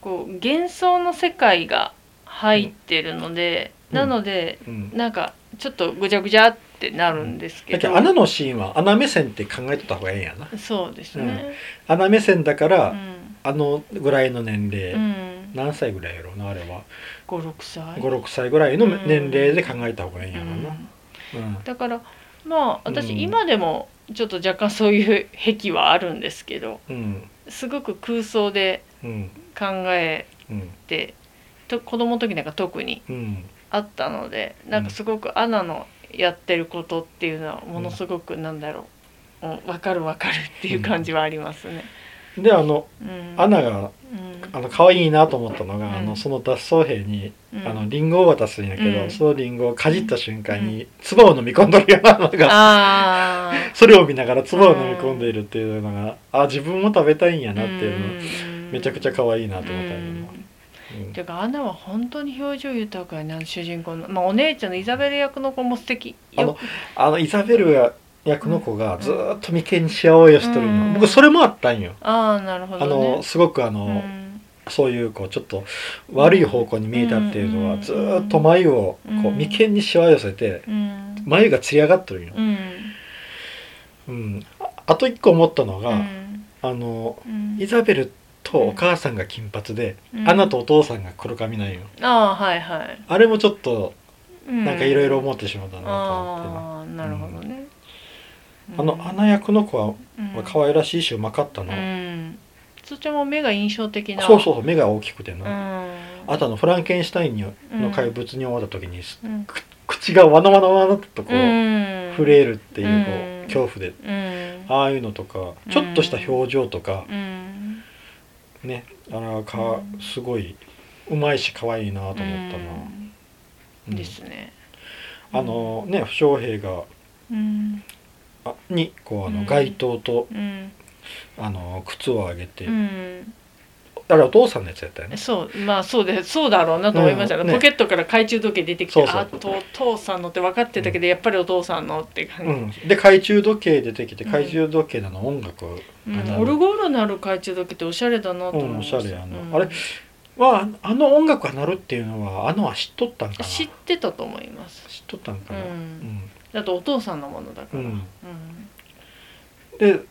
[SPEAKER 2] こう幻想の世界が入ってるので、
[SPEAKER 1] うん
[SPEAKER 2] なので
[SPEAKER 1] うん
[SPEAKER 2] なんかちょっとぐちゃぐちゃってなるんですけ
[SPEAKER 1] だけ
[SPEAKER 2] ど、
[SPEAKER 1] ど穴のシーンは穴目線って考えとった方がええんやな
[SPEAKER 2] そうですね、
[SPEAKER 1] 穴目線だから、
[SPEAKER 2] うん
[SPEAKER 1] あのぐらいの年齢、
[SPEAKER 2] うん、
[SPEAKER 1] 何歳ぐらいやろうなあれは
[SPEAKER 2] 56歳、
[SPEAKER 1] 56歳ぐらいの
[SPEAKER 2] うん
[SPEAKER 1] 年齢で考えた方がいいんや
[SPEAKER 2] う
[SPEAKER 1] ろうな、
[SPEAKER 2] ん、
[SPEAKER 1] うん
[SPEAKER 2] だからまあ私
[SPEAKER 1] うん
[SPEAKER 2] 今でもちょっと若干そういう癖はあるんですけど
[SPEAKER 1] うん
[SPEAKER 2] すごく空想で
[SPEAKER 1] うん
[SPEAKER 2] 考え
[SPEAKER 1] うん
[SPEAKER 2] てと子供の時なんか特に
[SPEAKER 1] うん
[SPEAKER 2] あったのでなんかすごくアナのやってることっていうのはものすごくなんだろう、うん、分かる分かるっていう感じはありますね。
[SPEAKER 1] であの
[SPEAKER 2] うん、
[SPEAKER 1] アナが
[SPEAKER 2] うん、
[SPEAKER 1] あの可愛いなと思ったのが、あ
[SPEAKER 2] う
[SPEAKER 1] の
[SPEAKER 2] ん
[SPEAKER 1] その脱走兵に、
[SPEAKER 2] うん
[SPEAKER 1] あのリンゴを渡すんやけど、
[SPEAKER 2] うん
[SPEAKER 1] そのリンゴをかじった瞬間に、唾を飲み込んどるようなのが
[SPEAKER 2] あー
[SPEAKER 1] それを見ながら唾を飲み込んでいるっていうのが、あ自分も食べたいんやなっていうの、
[SPEAKER 2] うん
[SPEAKER 1] めちゃくちゃ可愛いなと思った
[SPEAKER 2] うんん
[SPEAKER 1] やけどな
[SPEAKER 2] てかアナは本当に表情豊かになる主人公の、まあ、お姉ちゃんのイザベル役の子も素敵
[SPEAKER 1] あのあのイザベル役の子がずーっと眉間にしわを寄せとるんよ、
[SPEAKER 2] うん
[SPEAKER 1] 僕それもあったんよ
[SPEAKER 2] ああなるほ
[SPEAKER 1] あ
[SPEAKER 2] ど、ね、
[SPEAKER 1] のすごくあの、
[SPEAKER 2] うん
[SPEAKER 1] そういうこうちょっと悪い方向に見えたっていうのは、
[SPEAKER 2] うん
[SPEAKER 1] ずーっと眉をこう
[SPEAKER 2] うん
[SPEAKER 1] 眉間にしわ寄せて
[SPEAKER 2] うん
[SPEAKER 1] 眉がつり上がってるんよ、
[SPEAKER 2] うん
[SPEAKER 1] うん、ああと一個思ったのが、
[SPEAKER 2] うん
[SPEAKER 1] あの
[SPEAKER 2] うん
[SPEAKER 1] イザベルとお母さんが金髪で、アナとお父さんが黒髪なんよ
[SPEAKER 2] ああはいはい、
[SPEAKER 1] あれもちょっと
[SPEAKER 2] う
[SPEAKER 1] なんかいろいろ思ってしまったなと思って
[SPEAKER 2] ああなるほどね、
[SPEAKER 1] な、あのアナ役の子は
[SPEAKER 2] うん
[SPEAKER 1] 可愛らしいしうまかったな、
[SPEAKER 2] うんそっちも目が印象的な
[SPEAKER 1] そうそうそう目が大きくて
[SPEAKER 2] うん
[SPEAKER 1] な、あとあのフランケンシュタインにの怪物に終わった時に、
[SPEAKER 2] うん
[SPEAKER 1] 口がわなわなわなっとこう、
[SPEAKER 2] うん
[SPEAKER 1] 震えるっていうこう、
[SPEAKER 2] うん
[SPEAKER 1] 恐怖で
[SPEAKER 2] うん
[SPEAKER 1] ああいうのとか
[SPEAKER 2] うん
[SPEAKER 1] ちょっとした表情とか
[SPEAKER 2] う、ん
[SPEAKER 1] ねあらか
[SPEAKER 2] うん
[SPEAKER 1] すごいうまいし可愛いなと思ったな、
[SPEAKER 2] う
[SPEAKER 1] うんん
[SPEAKER 2] ですね
[SPEAKER 1] あのね負傷兵が
[SPEAKER 2] うん
[SPEAKER 1] あにこうあ
[SPEAKER 2] う
[SPEAKER 1] の
[SPEAKER 2] ん
[SPEAKER 1] 街灯と、
[SPEAKER 2] うん
[SPEAKER 1] あの靴をあげて、
[SPEAKER 2] うん
[SPEAKER 1] あれお父さんのやつやったよね
[SPEAKER 2] そうまあそうでそうだろうなと思いましたが、
[SPEAKER 1] うんね
[SPEAKER 2] ポケットから懐中時計出てきて
[SPEAKER 1] そうそう
[SPEAKER 2] あとお父さんのって分かってたけど、やっぱりお父さんのって感じ、
[SPEAKER 1] うん、で懐中時計出てきて
[SPEAKER 2] うん
[SPEAKER 1] 懐中時計のあの音楽が
[SPEAKER 2] うん
[SPEAKER 1] 鳴
[SPEAKER 2] オ
[SPEAKER 1] る、
[SPEAKER 2] ルゴールのある懐中時計っておしゃれだなと思いました、
[SPEAKER 1] うんおしゃれやな
[SPEAKER 2] うん
[SPEAKER 1] あれまあ、あの音楽が鳴るっていうのはあのは知っとったんかな
[SPEAKER 2] 知ってたと思います
[SPEAKER 1] 知っとったんかな、
[SPEAKER 2] うん
[SPEAKER 1] うん
[SPEAKER 2] だとお父さんのものだから、
[SPEAKER 1] うん
[SPEAKER 2] うん
[SPEAKER 1] で
[SPEAKER 2] うん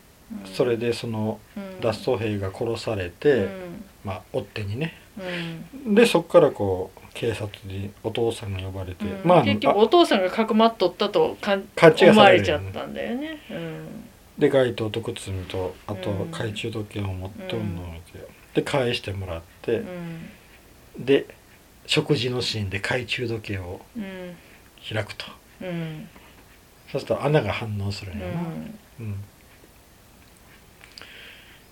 [SPEAKER 1] それでその
[SPEAKER 2] うん
[SPEAKER 1] 脱走兵が殺され
[SPEAKER 2] う
[SPEAKER 1] て、
[SPEAKER 2] ん
[SPEAKER 1] まあ追っ手にね
[SPEAKER 2] うん
[SPEAKER 1] でそっからこう警察にお父さんが呼ばれて、
[SPEAKER 2] うん
[SPEAKER 1] まああ
[SPEAKER 2] 結局
[SPEAKER 1] のあ
[SPEAKER 2] お父さんがかくまっとったとかん
[SPEAKER 1] 勘違いされるよね
[SPEAKER 2] 思われちゃったんだよね、うん
[SPEAKER 1] で街灯と靴とあと
[SPEAKER 2] うん
[SPEAKER 1] 懐中時計を持ってるのを見て、で返してもらって、
[SPEAKER 2] うん
[SPEAKER 1] で食事のシーンで懐中時計を
[SPEAKER 2] うん
[SPEAKER 1] 開くと
[SPEAKER 2] うん
[SPEAKER 1] そうすると穴が反応する
[SPEAKER 2] うんん
[SPEAKER 1] やな、うん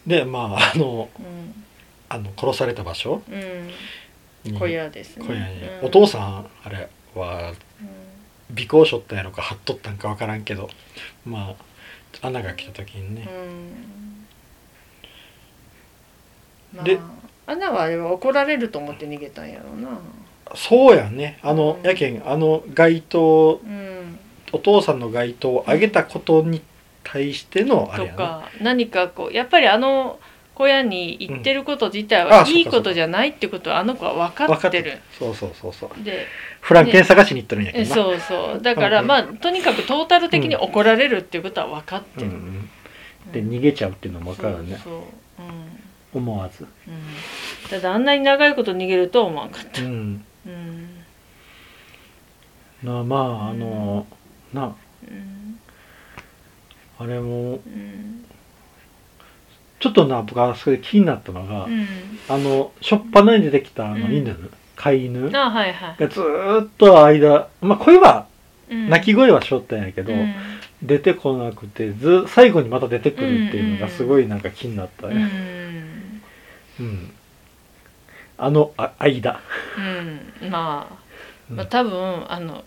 [SPEAKER 1] でまああの
[SPEAKER 2] うん
[SPEAKER 1] あの殺された場所
[SPEAKER 2] う
[SPEAKER 1] に
[SPEAKER 2] ん小屋ですね
[SPEAKER 1] 小屋に、
[SPEAKER 2] うん
[SPEAKER 1] お父さんあれは尾行しょったやろか張っとったんか分からんけどまあ穴が来た時にね、
[SPEAKER 2] うんまあ
[SPEAKER 1] で
[SPEAKER 2] アナはあれは怒られると思って逃げたんやろうな
[SPEAKER 1] そうやねあの、
[SPEAKER 2] うん
[SPEAKER 1] やけんあの街灯
[SPEAKER 2] うん
[SPEAKER 1] お父さんの街灯を上げたことに対してのあれ
[SPEAKER 2] と
[SPEAKER 1] やな、
[SPEAKER 2] か何かこうやっぱりあの小屋に行ってること自体
[SPEAKER 1] うんあ
[SPEAKER 2] は
[SPEAKER 1] そうか
[SPEAKER 2] いいこ
[SPEAKER 1] そう
[SPEAKER 2] と
[SPEAKER 1] か
[SPEAKER 2] じゃないってことはあの子は分かってる
[SPEAKER 1] そうそうそうそう
[SPEAKER 2] で
[SPEAKER 1] フランケン探しに行ってるんやけ
[SPEAKER 2] え
[SPEAKER 1] どな、
[SPEAKER 2] そうそうだから
[SPEAKER 1] うん
[SPEAKER 2] まあとにかくトータル的に怒られるっていうことは分かっ
[SPEAKER 1] う
[SPEAKER 2] て
[SPEAKER 1] ん
[SPEAKER 2] る
[SPEAKER 1] うん、
[SPEAKER 2] うん
[SPEAKER 1] で逃げちゃうっていうのも分かるね
[SPEAKER 2] そうそううん
[SPEAKER 1] 思わず、
[SPEAKER 2] うんただあんなに長いこと逃げるとは思わんかっ
[SPEAKER 1] う
[SPEAKER 2] た
[SPEAKER 1] ん、
[SPEAKER 2] うん
[SPEAKER 1] なまああの、な
[SPEAKER 2] うん
[SPEAKER 1] あれも
[SPEAKER 2] うん
[SPEAKER 1] ちょっとな僕はそれ気になったのが、
[SPEAKER 2] うん
[SPEAKER 1] あのしょっぱなに出てきたあの
[SPEAKER 2] うん
[SPEAKER 1] 犬、飼い犬が
[SPEAKER 2] あはいはい
[SPEAKER 1] ずーっと間、まあ、声は
[SPEAKER 2] うん
[SPEAKER 1] 鳴き声はしょったんやけど、
[SPEAKER 2] うん
[SPEAKER 1] 出てこなくてず最後にまた出てくるっていうのがすごいなんか気になった
[SPEAKER 2] う
[SPEAKER 1] ね、
[SPEAKER 2] ん
[SPEAKER 1] うんあのあ間
[SPEAKER 2] うんまあ
[SPEAKER 1] うん
[SPEAKER 2] まあ、多分あの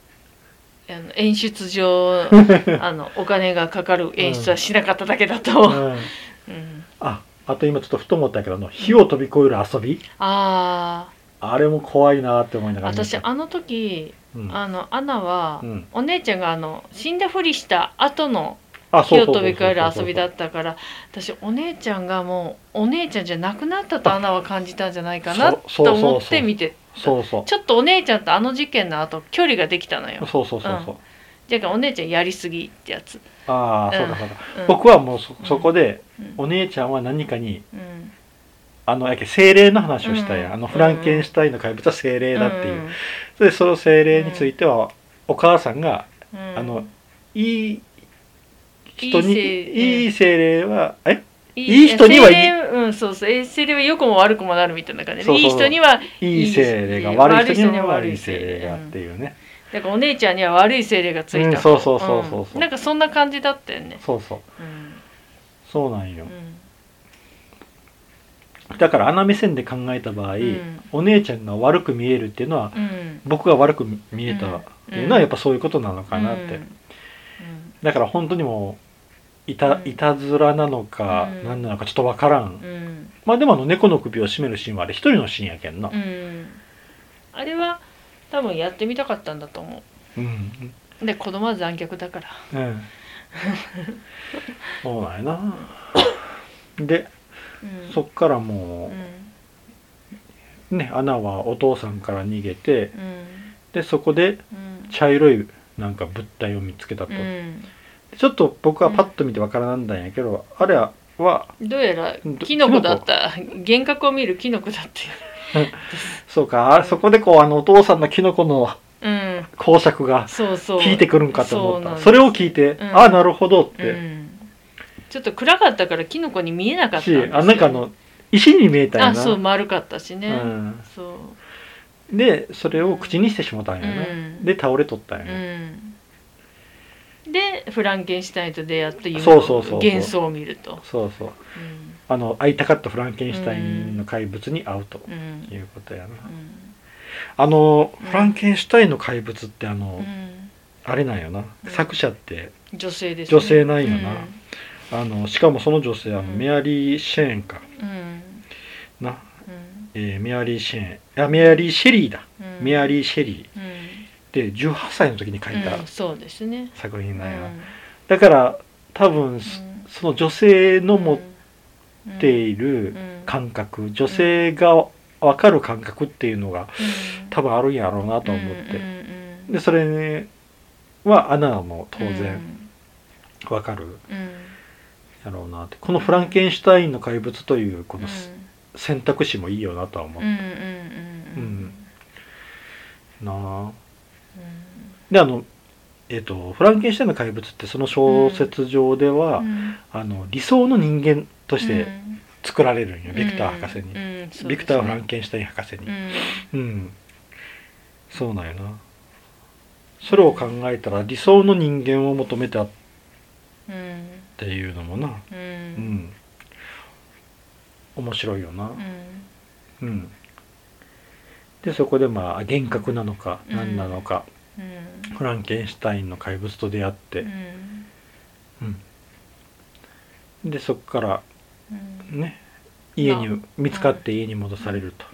[SPEAKER 2] あの演出上 あのお金がかかる演出はしなかっただけだ
[SPEAKER 1] う
[SPEAKER 2] と、
[SPEAKER 1] ん
[SPEAKER 2] うん、
[SPEAKER 1] ああと今ちょっとふと思ったけどあの火を飛び越える遊び
[SPEAKER 2] あ
[SPEAKER 1] あれも怖いなって思いな
[SPEAKER 2] あ
[SPEAKER 1] がら見て
[SPEAKER 2] 私
[SPEAKER 1] た
[SPEAKER 2] あの時
[SPEAKER 1] うん
[SPEAKER 2] あのアナは、
[SPEAKER 1] うん
[SPEAKER 2] お姉ちゃんがあの死んだふりした後の
[SPEAKER 1] あ
[SPEAKER 2] 火を飛び越える遊びだ
[SPEAKER 1] っ
[SPEAKER 2] ったから私お姉ちゃんがもうお姉ちゃんじゃなくなったとアナは感じたんじゃないかな
[SPEAKER 1] そう
[SPEAKER 2] と思
[SPEAKER 1] そう
[SPEAKER 2] っ
[SPEAKER 1] そう
[SPEAKER 2] て
[SPEAKER 1] そう
[SPEAKER 2] 見て
[SPEAKER 1] そうそう
[SPEAKER 2] ちょっとお姉ちゃんとあの事件の後距離ができたのよ
[SPEAKER 1] そうそうそうそう、
[SPEAKER 2] だからお姉ちゃんやりすぎってやつ、
[SPEAKER 1] ああ
[SPEAKER 2] う
[SPEAKER 1] そ
[SPEAKER 2] ん
[SPEAKER 1] うだそうだ、
[SPEAKER 2] うん
[SPEAKER 1] 僕はもうそそこで
[SPEAKER 2] うん
[SPEAKER 1] お姉ちゃんは何かに
[SPEAKER 2] うん
[SPEAKER 1] あのやけ精霊の話をしたやん、
[SPEAKER 2] うん
[SPEAKER 1] あのフランケンシュタインの怪物は精霊だっていう、
[SPEAKER 2] ん
[SPEAKER 1] でその精霊についてはお母さんが
[SPEAKER 2] うん
[SPEAKER 1] あのいい人にいい
[SPEAKER 2] 精
[SPEAKER 1] 精霊はえ
[SPEAKER 2] い
[SPEAKER 1] いい人にはいい
[SPEAKER 2] 精霊うんそうそうえ精霊は良くも悪くもなるみたいな感じで
[SPEAKER 1] そうそう
[SPEAKER 2] いい人にはい
[SPEAKER 1] い精霊が
[SPEAKER 2] いい
[SPEAKER 1] 悪い人
[SPEAKER 2] 悪い人に
[SPEAKER 1] に
[SPEAKER 2] は
[SPEAKER 1] は
[SPEAKER 2] 悪
[SPEAKER 1] 悪
[SPEAKER 2] い
[SPEAKER 1] い
[SPEAKER 2] 精
[SPEAKER 1] 精
[SPEAKER 2] 霊
[SPEAKER 1] 霊がっていうね、
[SPEAKER 2] だからお姉ちゃんには悪い精霊がついた、
[SPEAKER 1] うんそうそうそうそうそうん
[SPEAKER 2] なんかそんな感じだったよね
[SPEAKER 1] そうそう
[SPEAKER 2] うん
[SPEAKER 1] そうなんよ
[SPEAKER 2] う、ん
[SPEAKER 1] だから穴目線で考えた場合、
[SPEAKER 2] うん
[SPEAKER 1] お姉ちゃんが悪く見えるっていうのは
[SPEAKER 2] うん
[SPEAKER 1] 僕が悪く見えたっていうの
[SPEAKER 2] うん
[SPEAKER 1] はやっぱそういうことなのかなって、
[SPEAKER 2] うん
[SPEAKER 1] だから本当にもういた,、
[SPEAKER 2] うん
[SPEAKER 1] いたずらなのか、
[SPEAKER 2] うん
[SPEAKER 1] 何なのかちょっとわからん
[SPEAKER 2] うんうん
[SPEAKER 1] まあでもあの猫の首を絞めるシーンはあれ一人のシーンやけんな
[SPEAKER 2] うんあれは多分やってみたかったんだと思
[SPEAKER 1] うん
[SPEAKER 2] うで子供は残虐だから
[SPEAKER 1] うんそうなんやなで
[SPEAKER 2] うん
[SPEAKER 1] そっから
[SPEAKER 2] う
[SPEAKER 1] も
[SPEAKER 2] ん
[SPEAKER 1] うねアナはお父さんから逃げて
[SPEAKER 2] うん
[SPEAKER 1] でそこで
[SPEAKER 2] うん
[SPEAKER 1] 茶色いなんか物体を見つけたと、
[SPEAKER 2] うん
[SPEAKER 1] ちょっと僕はパッと見てわからなんだんやけど、あれは
[SPEAKER 2] どうやら
[SPEAKER 1] ど
[SPEAKER 2] キノコだった幻覚を見るキノコだったよ
[SPEAKER 1] そうかあれそこでこうあのお父さんのキノコの
[SPEAKER 2] うん
[SPEAKER 1] 講釈が
[SPEAKER 2] そうそう
[SPEAKER 1] 効いてくるんかと思っ
[SPEAKER 2] そうなん
[SPEAKER 1] た
[SPEAKER 2] です
[SPEAKER 1] それを聞いて、
[SPEAKER 2] うん
[SPEAKER 1] ああなるほどっ
[SPEAKER 2] う
[SPEAKER 1] て、
[SPEAKER 2] ん、ちょっと暗かったからキノコに見えなかったん
[SPEAKER 1] し
[SPEAKER 2] ですよ
[SPEAKER 1] あなんかあの石に見えたよな
[SPEAKER 2] あそう丸かったしね、
[SPEAKER 1] うん
[SPEAKER 2] そう
[SPEAKER 1] でそれを口にしてしもたんやな、
[SPEAKER 2] うん
[SPEAKER 1] で倒れとったんや
[SPEAKER 2] う
[SPEAKER 1] な、
[SPEAKER 2] んでフランケンシュタインと出会った夢
[SPEAKER 1] そうそうそうそう
[SPEAKER 2] 幻想を見ると
[SPEAKER 1] そうそう
[SPEAKER 2] うん
[SPEAKER 1] あの会いたかったフランケンシュタインの怪物に会うと
[SPEAKER 2] うん
[SPEAKER 1] いうことやな、
[SPEAKER 2] うん
[SPEAKER 1] あの
[SPEAKER 2] うん
[SPEAKER 1] フランケンシュタインの怪物ってあの、
[SPEAKER 2] うん
[SPEAKER 1] あれなんよな
[SPEAKER 2] うん
[SPEAKER 1] 作者って
[SPEAKER 2] 女性です、
[SPEAKER 1] 女性なんよなあのしかもその女性あのメアリー・シェーンか
[SPEAKER 2] うんうん
[SPEAKER 1] な、
[SPEAKER 2] うん
[SPEAKER 1] えーメアリー・シェーンあメアリー・シェリーだ、
[SPEAKER 2] うん
[SPEAKER 1] メアリー・シェリー
[SPEAKER 2] うん
[SPEAKER 1] で18歳の時に書いた
[SPEAKER 2] うんそうですね
[SPEAKER 1] 作品なんや、
[SPEAKER 2] うん
[SPEAKER 1] だから多分そ
[SPEAKER 2] うん
[SPEAKER 1] その女性の持ってい
[SPEAKER 2] うん
[SPEAKER 1] る
[SPEAKER 2] うん
[SPEAKER 1] 感覚、女性が分かる感覚っていうのが多分あるんやろうなと思って、
[SPEAKER 2] うんうんうん
[SPEAKER 1] でそれはアナも当
[SPEAKER 2] う
[SPEAKER 1] 然
[SPEAKER 2] ん
[SPEAKER 1] 分かる
[SPEAKER 2] うん
[SPEAKER 1] やろうなってこの「フランケンシュタインの怪物」というこ
[SPEAKER 2] う
[SPEAKER 1] のす
[SPEAKER 2] ん
[SPEAKER 1] 選択肢もいいよなとは思
[SPEAKER 2] う
[SPEAKER 1] うん
[SPEAKER 2] うんうんうん
[SPEAKER 1] な、
[SPEAKER 2] うん
[SPEAKER 1] であのえっ、と「フランケンシュタインの怪物」ってその小説上では、
[SPEAKER 2] うん
[SPEAKER 1] あの理想の人間として
[SPEAKER 2] うん
[SPEAKER 1] 作られるんよビクター博士に、
[SPEAKER 2] うんうんそうですね
[SPEAKER 1] ビクター・フランケンシュタイン博士に
[SPEAKER 2] うん
[SPEAKER 1] うん、そうなんよなそれを考えたら理想の人間を求めたっ
[SPEAKER 2] うん
[SPEAKER 1] ていうのもな
[SPEAKER 2] う
[SPEAKER 1] うんん面白いよな
[SPEAKER 2] うん
[SPEAKER 1] うん、でそこでまあ幻覚なのか
[SPEAKER 2] うん
[SPEAKER 1] 何なのか、
[SPEAKER 2] うん
[SPEAKER 1] フランケンシュタインの怪物と出会って、
[SPEAKER 2] うん
[SPEAKER 1] でそこから
[SPEAKER 2] うん
[SPEAKER 1] ね家に、
[SPEAKER 2] ま
[SPEAKER 1] 見つかって家に戻されると、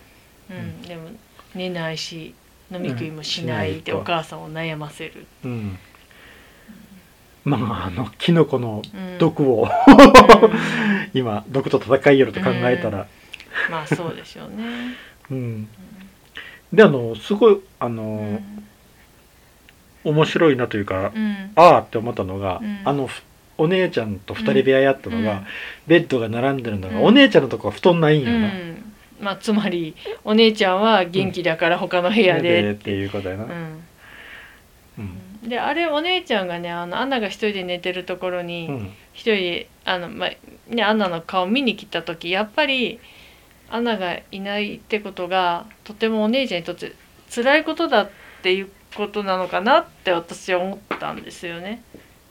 [SPEAKER 2] うんでも寝ないし飲み食いもしな
[SPEAKER 1] うん
[SPEAKER 2] いで
[SPEAKER 1] しないと
[SPEAKER 2] お母さんを悩ませる
[SPEAKER 1] うんまああのキノコの
[SPEAKER 2] うん
[SPEAKER 1] 毒を、
[SPEAKER 2] うん
[SPEAKER 1] 今毒と戦いよると考えたら、
[SPEAKER 2] まあそうでしょ うね
[SPEAKER 1] うんであのすごいあの、
[SPEAKER 2] うん
[SPEAKER 1] 面白いなというか、
[SPEAKER 2] うん
[SPEAKER 1] ああって思ったのが、
[SPEAKER 2] うん
[SPEAKER 1] あのふお姉ちゃんと二人部屋やったのが、
[SPEAKER 2] うん
[SPEAKER 1] ベッドが並んでるのが、
[SPEAKER 2] うん
[SPEAKER 1] お姉ちゃんのとこは布団ないんよ
[SPEAKER 2] う
[SPEAKER 1] な、
[SPEAKER 2] んまあつまりお姉ちゃんは元気だから他の部屋
[SPEAKER 1] で
[SPEAKER 2] で
[SPEAKER 1] っていうことやな、
[SPEAKER 2] うん
[SPEAKER 1] うん
[SPEAKER 2] であれお姉ちゃんがねあのアンナが一人で寝てるところに、
[SPEAKER 1] うん
[SPEAKER 2] 一人であの、まあね、アンナの顔見に来た時やっぱりアンナがいないってことがとてもお姉ちゃんにとって辛いことだっていうことなのかなって私は思ったんですよね。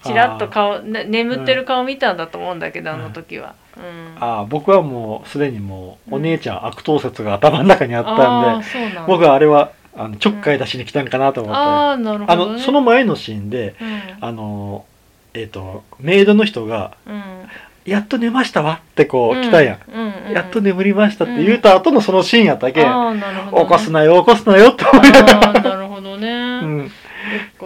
[SPEAKER 2] ちらっと顔、ね、眠ってる顔見たんだと思うんだけど、
[SPEAKER 1] うん
[SPEAKER 2] あの時は。うん、
[SPEAKER 1] ああ僕はもうすでにもう、
[SPEAKER 2] うん
[SPEAKER 1] お姉ちゃん悪党説が頭の中にあったん
[SPEAKER 2] ー
[SPEAKER 1] で
[SPEAKER 2] そうなんだ
[SPEAKER 1] 僕はあれはあのちょっかい出しに来たんかなと思った、
[SPEAKER 2] あーなるほ
[SPEAKER 1] あ
[SPEAKER 2] ど、ね、
[SPEAKER 1] のその前のシーンで
[SPEAKER 2] うん、
[SPEAKER 1] あのえっ、とメイドの人が
[SPEAKER 2] うん、
[SPEAKER 1] 「やっと寝ましたわ」ってこう来たやん、
[SPEAKER 2] うん、うん、
[SPEAKER 1] やっと眠りましたって言うた後のそのシーンやったけ、ん、
[SPEAKER 2] あーなるほどね、
[SPEAKER 1] 起こすなよ起こすなよって思いなが
[SPEAKER 2] あーなるほどね。
[SPEAKER 1] ら、 うん、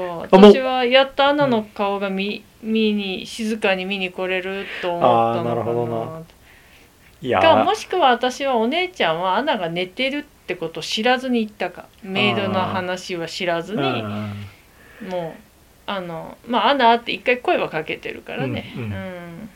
[SPEAKER 2] そっか
[SPEAKER 1] あもう
[SPEAKER 2] 私はやったアナの顔が見,、見に静かに見に来れると思ったのかな
[SPEAKER 1] あーなるほどいや
[SPEAKER 2] か
[SPEAKER 1] ー
[SPEAKER 2] もしくは私はお姉ちゃんはアナが寝てるってことを知らずに行ったかメイドの話は知らず
[SPEAKER 1] うん
[SPEAKER 2] にもうあのまあアナって一回声はかけてるからね、
[SPEAKER 1] う
[SPEAKER 2] うんん
[SPEAKER 1] うん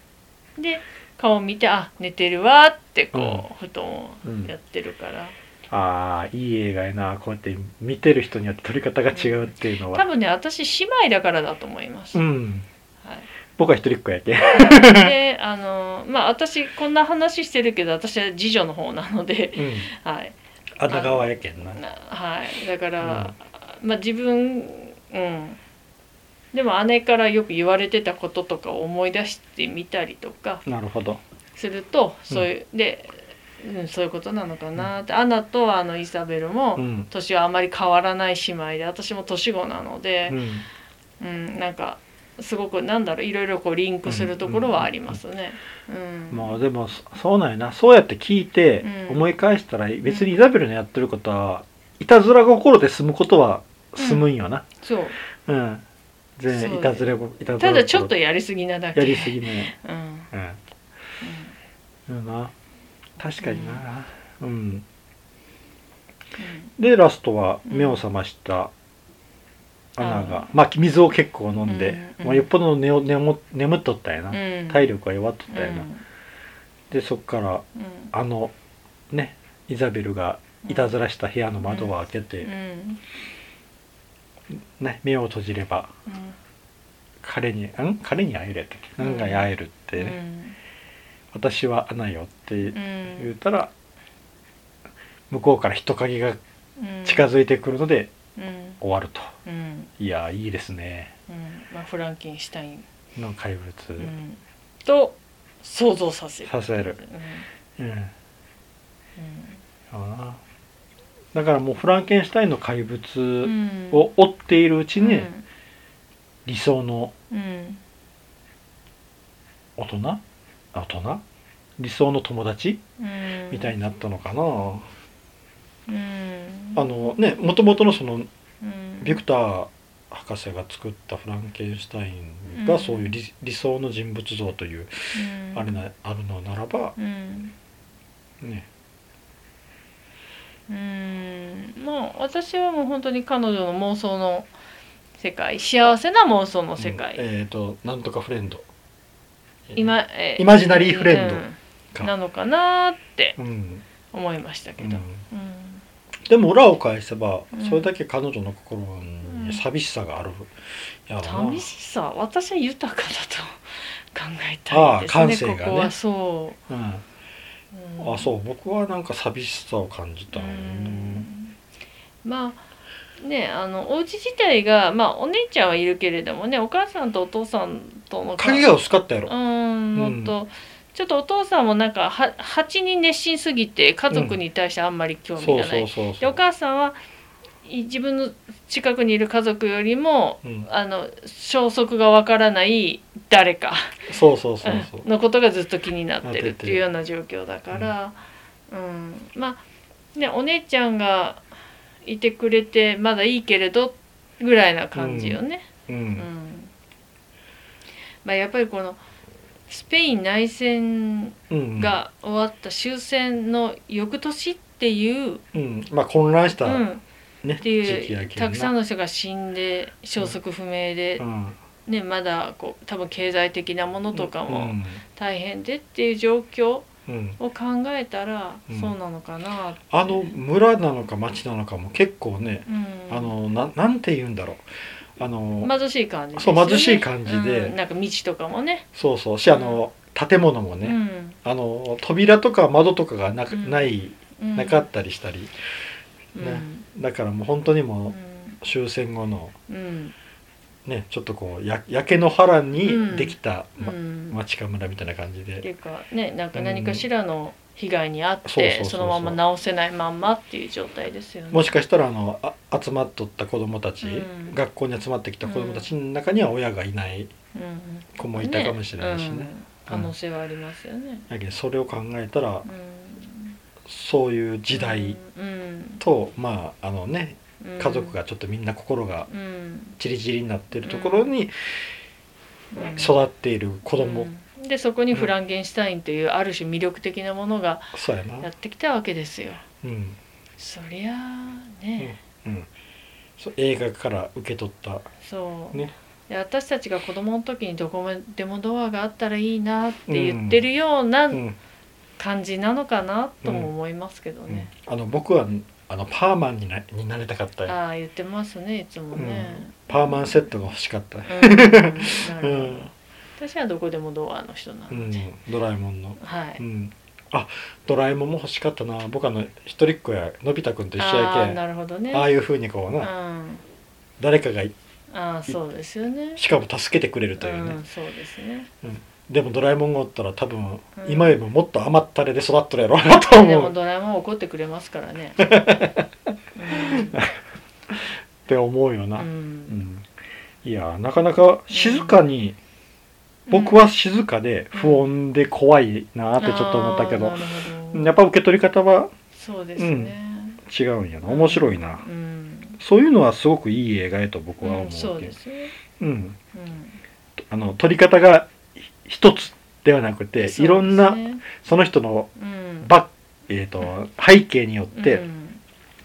[SPEAKER 2] で顔見て「あ寝てるわ」ってこう、布団を
[SPEAKER 1] うん
[SPEAKER 2] やってるから、
[SPEAKER 1] あーいい映画やなこうやって見てる人によって撮り方が違うっていうの
[SPEAKER 2] 多
[SPEAKER 1] は、
[SPEAKER 2] 分ね私姉妹だからだと思います、
[SPEAKER 1] うん
[SPEAKER 2] はい
[SPEAKER 1] 僕は一人っ子やけ
[SPEAKER 2] であのまあ私こんな話してるけど私は次女の方なので、
[SPEAKER 1] うん
[SPEAKER 2] はい
[SPEAKER 1] あだ側やけんな
[SPEAKER 2] なはい、だから、まあ自分うんでも姉からよく言われてたこととかを思い出してみたりとか
[SPEAKER 1] なるほど
[SPEAKER 2] するとそういう、で、うん、そういうことなのかなって、アナとあのイザベルも、
[SPEAKER 1] うん
[SPEAKER 2] 年はあまり変わらない姉妹で私も年子なの
[SPEAKER 1] う
[SPEAKER 2] で、
[SPEAKER 1] ん
[SPEAKER 2] うんなんかすごくなんだろういろいろこうリンクするところはありますね。うん
[SPEAKER 1] まあでもそそうなんやなそうやって聞いて
[SPEAKER 2] うん
[SPEAKER 1] 思い返したら別にイザベルのやってることはいたずら心で済むことは済むんよな
[SPEAKER 2] そう
[SPEAKER 1] うん、全
[SPEAKER 2] そう
[SPEAKER 1] 然いたずらごいたずら
[SPEAKER 2] た
[SPEAKER 1] 心
[SPEAKER 2] だちょっとやりすぎなだけ
[SPEAKER 1] やりすぎね
[SPEAKER 2] うん
[SPEAKER 1] うんうんな確かになうん、でラストは目を覚ましたアナが、
[SPEAKER 2] あ
[SPEAKER 1] まあ水を結構飲んで、
[SPEAKER 2] うんうん
[SPEAKER 1] まあ、よっぽど寝を眠眠っとったんやな、
[SPEAKER 2] うん
[SPEAKER 1] 体
[SPEAKER 2] 力
[SPEAKER 1] 力が弱っとったんやな、でそっから
[SPEAKER 2] うん
[SPEAKER 1] あのねイザベルがいたずらした部屋の窓を開けて、
[SPEAKER 2] うん
[SPEAKER 1] ね、目を閉じれば
[SPEAKER 2] うん
[SPEAKER 1] 彼にん彼に会えるやったっけ
[SPEAKER 2] うん
[SPEAKER 1] 何回会えるってね、私はアナよって
[SPEAKER 2] うん
[SPEAKER 1] 言うたら向こうから人影が
[SPEAKER 2] うん
[SPEAKER 1] 近づいてくるので
[SPEAKER 2] うん
[SPEAKER 1] 終わると、
[SPEAKER 2] うん
[SPEAKER 1] いやーいいですね
[SPEAKER 2] うんまあフランケンシュタイン
[SPEAKER 1] の怪物、
[SPEAKER 2] うんと想像させる
[SPEAKER 1] させる
[SPEAKER 2] うん
[SPEAKER 1] うんそうなだからもうフランケンシュタインの怪
[SPEAKER 2] う
[SPEAKER 1] 物
[SPEAKER 2] ん
[SPEAKER 1] を追っているうち
[SPEAKER 2] うん
[SPEAKER 1] に、理想の
[SPEAKER 2] うん
[SPEAKER 1] 大人大人理想の友達
[SPEAKER 2] うん
[SPEAKER 1] みたいになったのかな、
[SPEAKER 2] うん
[SPEAKER 1] あのねもともとのその
[SPEAKER 2] うん
[SPEAKER 1] ビクター博士が作ったフランケンシュタイン
[SPEAKER 2] う
[SPEAKER 1] が
[SPEAKER 2] ん
[SPEAKER 1] そういう理,、理想の人物像という
[SPEAKER 2] うん
[SPEAKER 1] あれなあるのならば
[SPEAKER 2] うん
[SPEAKER 1] ね
[SPEAKER 2] うーんまあ私はもう本当に彼女の妄想の世界幸せな妄想の世界、
[SPEAKER 1] うんえっ、となんとかフレンド
[SPEAKER 2] 今え
[SPEAKER 1] イマジナリーフレンド
[SPEAKER 2] うんなのかなーって
[SPEAKER 1] うん、
[SPEAKER 2] 思いましたけ
[SPEAKER 1] う
[SPEAKER 2] ど、
[SPEAKER 1] ん
[SPEAKER 2] うん
[SPEAKER 1] でも裏を返せば、
[SPEAKER 2] うん
[SPEAKER 1] それだけ彼女の心に寂しさがあるやろな、
[SPEAKER 2] 寂しさ私は豊かだと考え
[SPEAKER 1] あ
[SPEAKER 2] た
[SPEAKER 1] あ
[SPEAKER 2] いです
[SPEAKER 1] 感性が
[SPEAKER 2] ね
[SPEAKER 1] ね
[SPEAKER 2] ここはそ
[SPEAKER 1] うん、
[SPEAKER 2] うん
[SPEAKER 1] あそう僕はなんか寂しさを感じた
[SPEAKER 2] う
[SPEAKER 1] のね
[SPEAKER 2] んまあねあのお家自体がまあお姉ちゃんはいるけれどもねお母さんとお父さんとの
[SPEAKER 1] 影が薄かったやろ
[SPEAKER 2] う、ん
[SPEAKER 1] う
[SPEAKER 2] も
[SPEAKER 1] ん
[SPEAKER 2] っと、ちょっとお父さんもなんかは蜂に熱心すぎて家族に対してあんまり興味
[SPEAKER 1] そう
[SPEAKER 2] がない、
[SPEAKER 1] そうそう
[SPEAKER 2] で
[SPEAKER 1] そ
[SPEAKER 2] お
[SPEAKER 1] う、
[SPEAKER 2] 母さんはい自分の近くにいる家族よりも
[SPEAKER 1] うん、
[SPEAKER 2] あの消息がわからない誰か
[SPEAKER 1] そうそうそうそう、
[SPEAKER 2] のことがずっと気になって
[SPEAKER 1] なって
[SPEAKER 2] る
[SPEAKER 1] て
[SPEAKER 2] っていうような状況だから、うんまあねお姉ちゃんがいてくれてまだいいけれどぐらいな感じよね。
[SPEAKER 1] うん
[SPEAKER 2] うんまあ、やっぱりこのスペイン内戦
[SPEAKER 1] うん
[SPEAKER 2] が終わった終戦の翌年っていう、
[SPEAKER 1] うん、まあ混乱した、
[SPEAKER 2] う
[SPEAKER 1] ね
[SPEAKER 2] ん、って
[SPEAKER 1] 時期
[SPEAKER 2] い
[SPEAKER 1] や
[SPEAKER 2] う
[SPEAKER 1] け
[SPEAKER 2] たくさん
[SPEAKER 1] の、
[SPEAKER 2] の人が死んで消息不明で
[SPEAKER 1] う、ん、
[SPEAKER 2] ね、まだこう多分経済的なものとか
[SPEAKER 1] う
[SPEAKER 2] も
[SPEAKER 1] ん
[SPEAKER 2] 大変でっていう状況
[SPEAKER 1] うん、
[SPEAKER 2] を考えたら
[SPEAKER 1] うん
[SPEAKER 2] そうなのかなって
[SPEAKER 1] あの村なのか町なのかも結構ね、
[SPEAKER 2] うん
[SPEAKER 1] あのななんて言うんだろうあの、
[SPEAKER 2] 貧しい感じです
[SPEAKER 1] そ
[SPEAKER 2] よ
[SPEAKER 1] う
[SPEAKER 2] ね
[SPEAKER 1] 貧しい感じで
[SPEAKER 2] うんなんか道とかもね
[SPEAKER 1] そうそうしあの建物もね、あの扉とか窓とかがな,、
[SPEAKER 2] うん
[SPEAKER 1] ない
[SPEAKER 2] うん
[SPEAKER 1] なかったりしたり、
[SPEAKER 2] うん
[SPEAKER 1] ねだからもう本当にもう終戦後の
[SPEAKER 2] うんうん
[SPEAKER 1] ねちょっとこうや焼け野原にできた、ま
[SPEAKER 2] うん
[SPEAKER 1] 町か村みたいな感じ
[SPEAKER 2] ってい
[SPEAKER 1] で、
[SPEAKER 2] うかねなんか何かしらの被害に遭っ
[SPEAKER 1] そうそう
[SPEAKER 2] て
[SPEAKER 1] そうそう
[SPEAKER 2] そのまま直せないまんまっていう状態ですよね。
[SPEAKER 1] もしかしたらあのあ集まっとった子どもたち、
[SPEAKER 2] うん
[SPEAKER 1] 学校に集まってきた子どもたちの中には親がいない
[SPEAKER 2] うんうん
[SPEAKER 1] 子もいたかもしれないしね。
[SPEAKER 2] うん可能性はありますよね。
[SPEAKER 1] だけどそれを考えたら
[SPEAKER 2] うん
[SPEAKER 1] そういう時代
[SPEAKER 2] うん
[SPEAKER 1] と、まああのね
[SPEAKER 2] うん
[SPEAKER 1] 家族がちょっとみんな心が
[SPEAKER 2] うん
[SPEAKER 1] チリチリになってるところに
[SPEAKER 2] うん
[SPEAKER 1] 育っている子供、
[SPEAKER 2] うんでそこにフランケンシュタインというある種魅力的なものが
[SPEAKER 1] そうや
[SPEAKER 2] や
[SPEAKER 1] な
[SPEAKER 2] っ、てきたわけですよ。
[SPEAKER 1] うん
[SPEAKER 2] そりゃあね、
[SPEAKER 1] うん、そう映画から受け取った、
[SPEAKER 2] そう、
[SPEAKER 1] ね
[SPEAKER 2] で私たちが子供の時にどこまでもドアがあったらいいなって言ってるような
[SPEAKER 1] うん
[SPEAKER 2] 感じなのかなとも思いますけど
[SPEAKER 1] うん
[SPEAKER 2] ね。、
[SPEAKER 1] あの僕はあのパーマンになになりたかったよ
[SPEAKER 2] ああ言ってますねいつもね。
[SPEAKER 1] パーマンセットが欲しかった、
[SPEAKER 2] うんうんなるほ
[SPEAKER 1] う
[SPEAKER 2] ど
[SPEAKER 1] ん
[SPEAKER 2] 私はどこでもドアの人な
[SPEAKER 1] う
[SPEAKER 2] ので、
[SPEAKER 1] ん、ドラえもんの、
[SPEAKER 2] は
[SPEAKER 1] う
[SPEAKER 2] い。
[SPEAKER 1] ん、あドラえもんも欲しかったな僕あの一人っ子やのび太くんと一緒
[SPEAKER 2] あ
[SPEAKER 1] や
[SPEAKER 2] あ
[SPEAKER 1] けんあ
[SPEAKER 2] なるほどね。
[SPEAKER 1] あいうふうにこう
[SPEAKER 2] う
[SPEAKER 1] な
[SPEAKER 2] ん、あ
[SPEAKER 1] 誰かがい
[SPEAKER 2] あそうですよね。
[SPEAKER 1] しかも助けてくれるというね、
[SPEAKER 2] うん、そうですね。
[SPEAKER 1] でもドラえもんがおったら多分
[SPEAKER 2] うん
[SPEAKER 1] 今よりももっと甘ったれで育っとるやろうなと
[SPEAKER 2] で
[SPEAKER 1] 思う
[SPEAKER 2] も
[SPEAKER 1] っ
[SPEAKER 2] ドラえもんは怒ってくれますか らね。
[SPEAKER 1] て思うよ
[SPEAKER 2] う
[SPEAKER 1] な、うん
[SPEAKER 2] ん
[SPEAKER 1] いやなかなか静かに、僕は静かで不穏で怖いなってちょっと思ったけど
[SPEAKER 2] あ、ーなるほ
[SPEAKER 1] やっぱ受け取り方は
[SPEAKER 2] そうですね。
[SPEAKER 1] 違うんやな面白いな、
[SPEAKER 2] うん。
[SPEAKER 1] そういうのはすごくいい映画やと僕は
[SPEAKER 2] う
[SPEAKER 1] 思
[SPEAKER 2] ん、
[SPEAKER 1] うけ
[SPEAKER 2] そ
[SPEAKER 1] ど
[SPEAKER 2] うですね。
[SPEAKER 1] うん、
[SPEAKER 2] うん
[SPEAKER 1] あの撮り方が一つではなくて、いろん
[SPEAKER 2] そう
[SPEAKER 1] な
[SPEAKER 2] ですね
[SPEAKER 1] その人の
[SPEAKER 2] うん
[SPEAKER 1] バッえー、と背景によって、
[SPEAKER 2] うん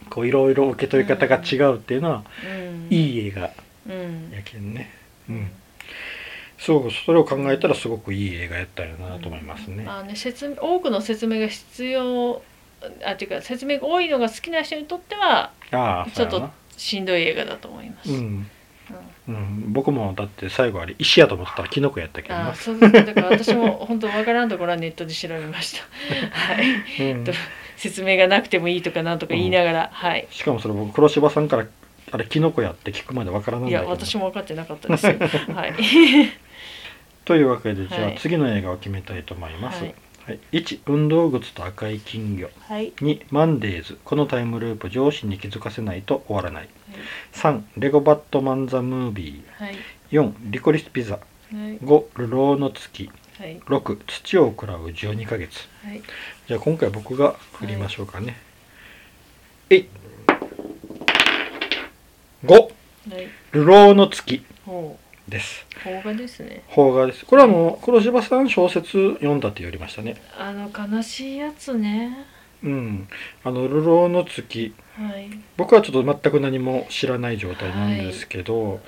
[SPEAKER 1] こういろいろ受け取り方が違うっていうのは、
[SPEAKER 2] うん
[SPEAKER 1] いい映画
[SPEAKER 2] うん
[SPEAKER 1] やけんねうんすごくそれを考えたらすごくいい映画やったよなと思いますね、
[SPEAKER 2] まあね説明多くの説明が必要あっていうか説明が多いのが好きな人にとっては
[SPEAKER 1] ああ
[SPEAKER 2] ちょっ
[SPEAKER 1] そう
[SPEAKER 2] と
[SPEAKER 1] や
[SPEAKER 2] しんどい映画だと思います。
[SPEAKER 1] なう
[SPEAKER 2] うん
[SPEAKER 1] ん、うん、僕もだって最後あれ石やと思ったらキノコやったけど
[SPEAKER 2] あ
[SPEAKER 1] な
[SPEAKER 2] ー、そうですね。だから私も本当わからんところはネットで調べました。はい。
[SPEAKER 1] うん
[SPEAKER 2] と説明がなくてもいいとかなんとか言いながら、はい。
[SPEAKER 1] しかもそれ僕黒柴さんからあれキノコやって聞くまでわからないん
[SPEAKER 2] い
[SPEAKER 1] だ
[SPEAKER 2] や、
[SPEAKER 1] けど
[SPEAKER 2] 私も分かってなかったですよ。はい。
[SPEAKER 1] というわけでじゃ
[SPEAKER 2] は
[SPEAKER 1] あ
[SPEAKER 2] い
[SPEAKER 1] 次の映画を決めたいと思います、
[SPEAKER 2] は
[SPEAKER 1] はいい1運動靴と赤い金魚
[SPEAKER 2] はい。
[SPEAKER 1] 2マンデーズこのタイムループ上司に気づかせないと終わらない3レゴバットマン・ザ・ムービ
[SPEAKER 2] はい。
[SPEAKER 1] ー4リコリス・ピザ
[SPEAKER 2] はい。
[SPEAKER 1] 5流浪の月
[SPEAKER 2] はい。
[SPEAKER 1] 6土を食らう12ヶ月
[SPEAKER 2] はい。
[SPEAKER 1] じゃあ今回僕が振りましょうかね、えい5
[SPEAKER 2] はい。
[SPEAKER 1] 流浪の月
[SPEAKER 2] ほ
[SPEAKER 1] です
[SPEAKER 2] う。邦画ですね。
[SPEAKER 1] 邦画ですこれはもう黒柴さん小説読んだって言りましたね
[SPEAKER 2] あの悲しいやつね。
[SPEAKER 1] うんあの「流浪の月
[SPEAKER 2] はい。」
[SPEAKER 1] 僕はちょっと全く何も知らない状態なんですけど、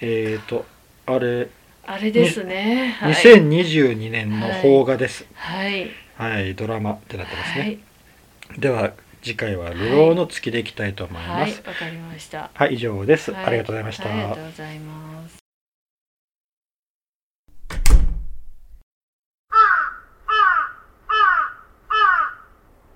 [SPEAKER 1] えっ、ー、とあれ、
[SPEAKER 2] あれですね。はい。
[SPEAKER 1] 2022年の邦画です
[SPEAKER 2] はい。
[SPEAKER 1] はい、ドラマってなってますね、
[SPEAKER 2] はい。
[SPEAKER 1] では次回は「流浪の月」でいきたいと思います、
[SPEAKER 2] はい。わかりました。
[SPEAKER 1] はい、以上です。
[SPEAKER 2] はい
[SPEAKER 1] ありがとうございました。
[SPEAKER 2] ありがとうございます。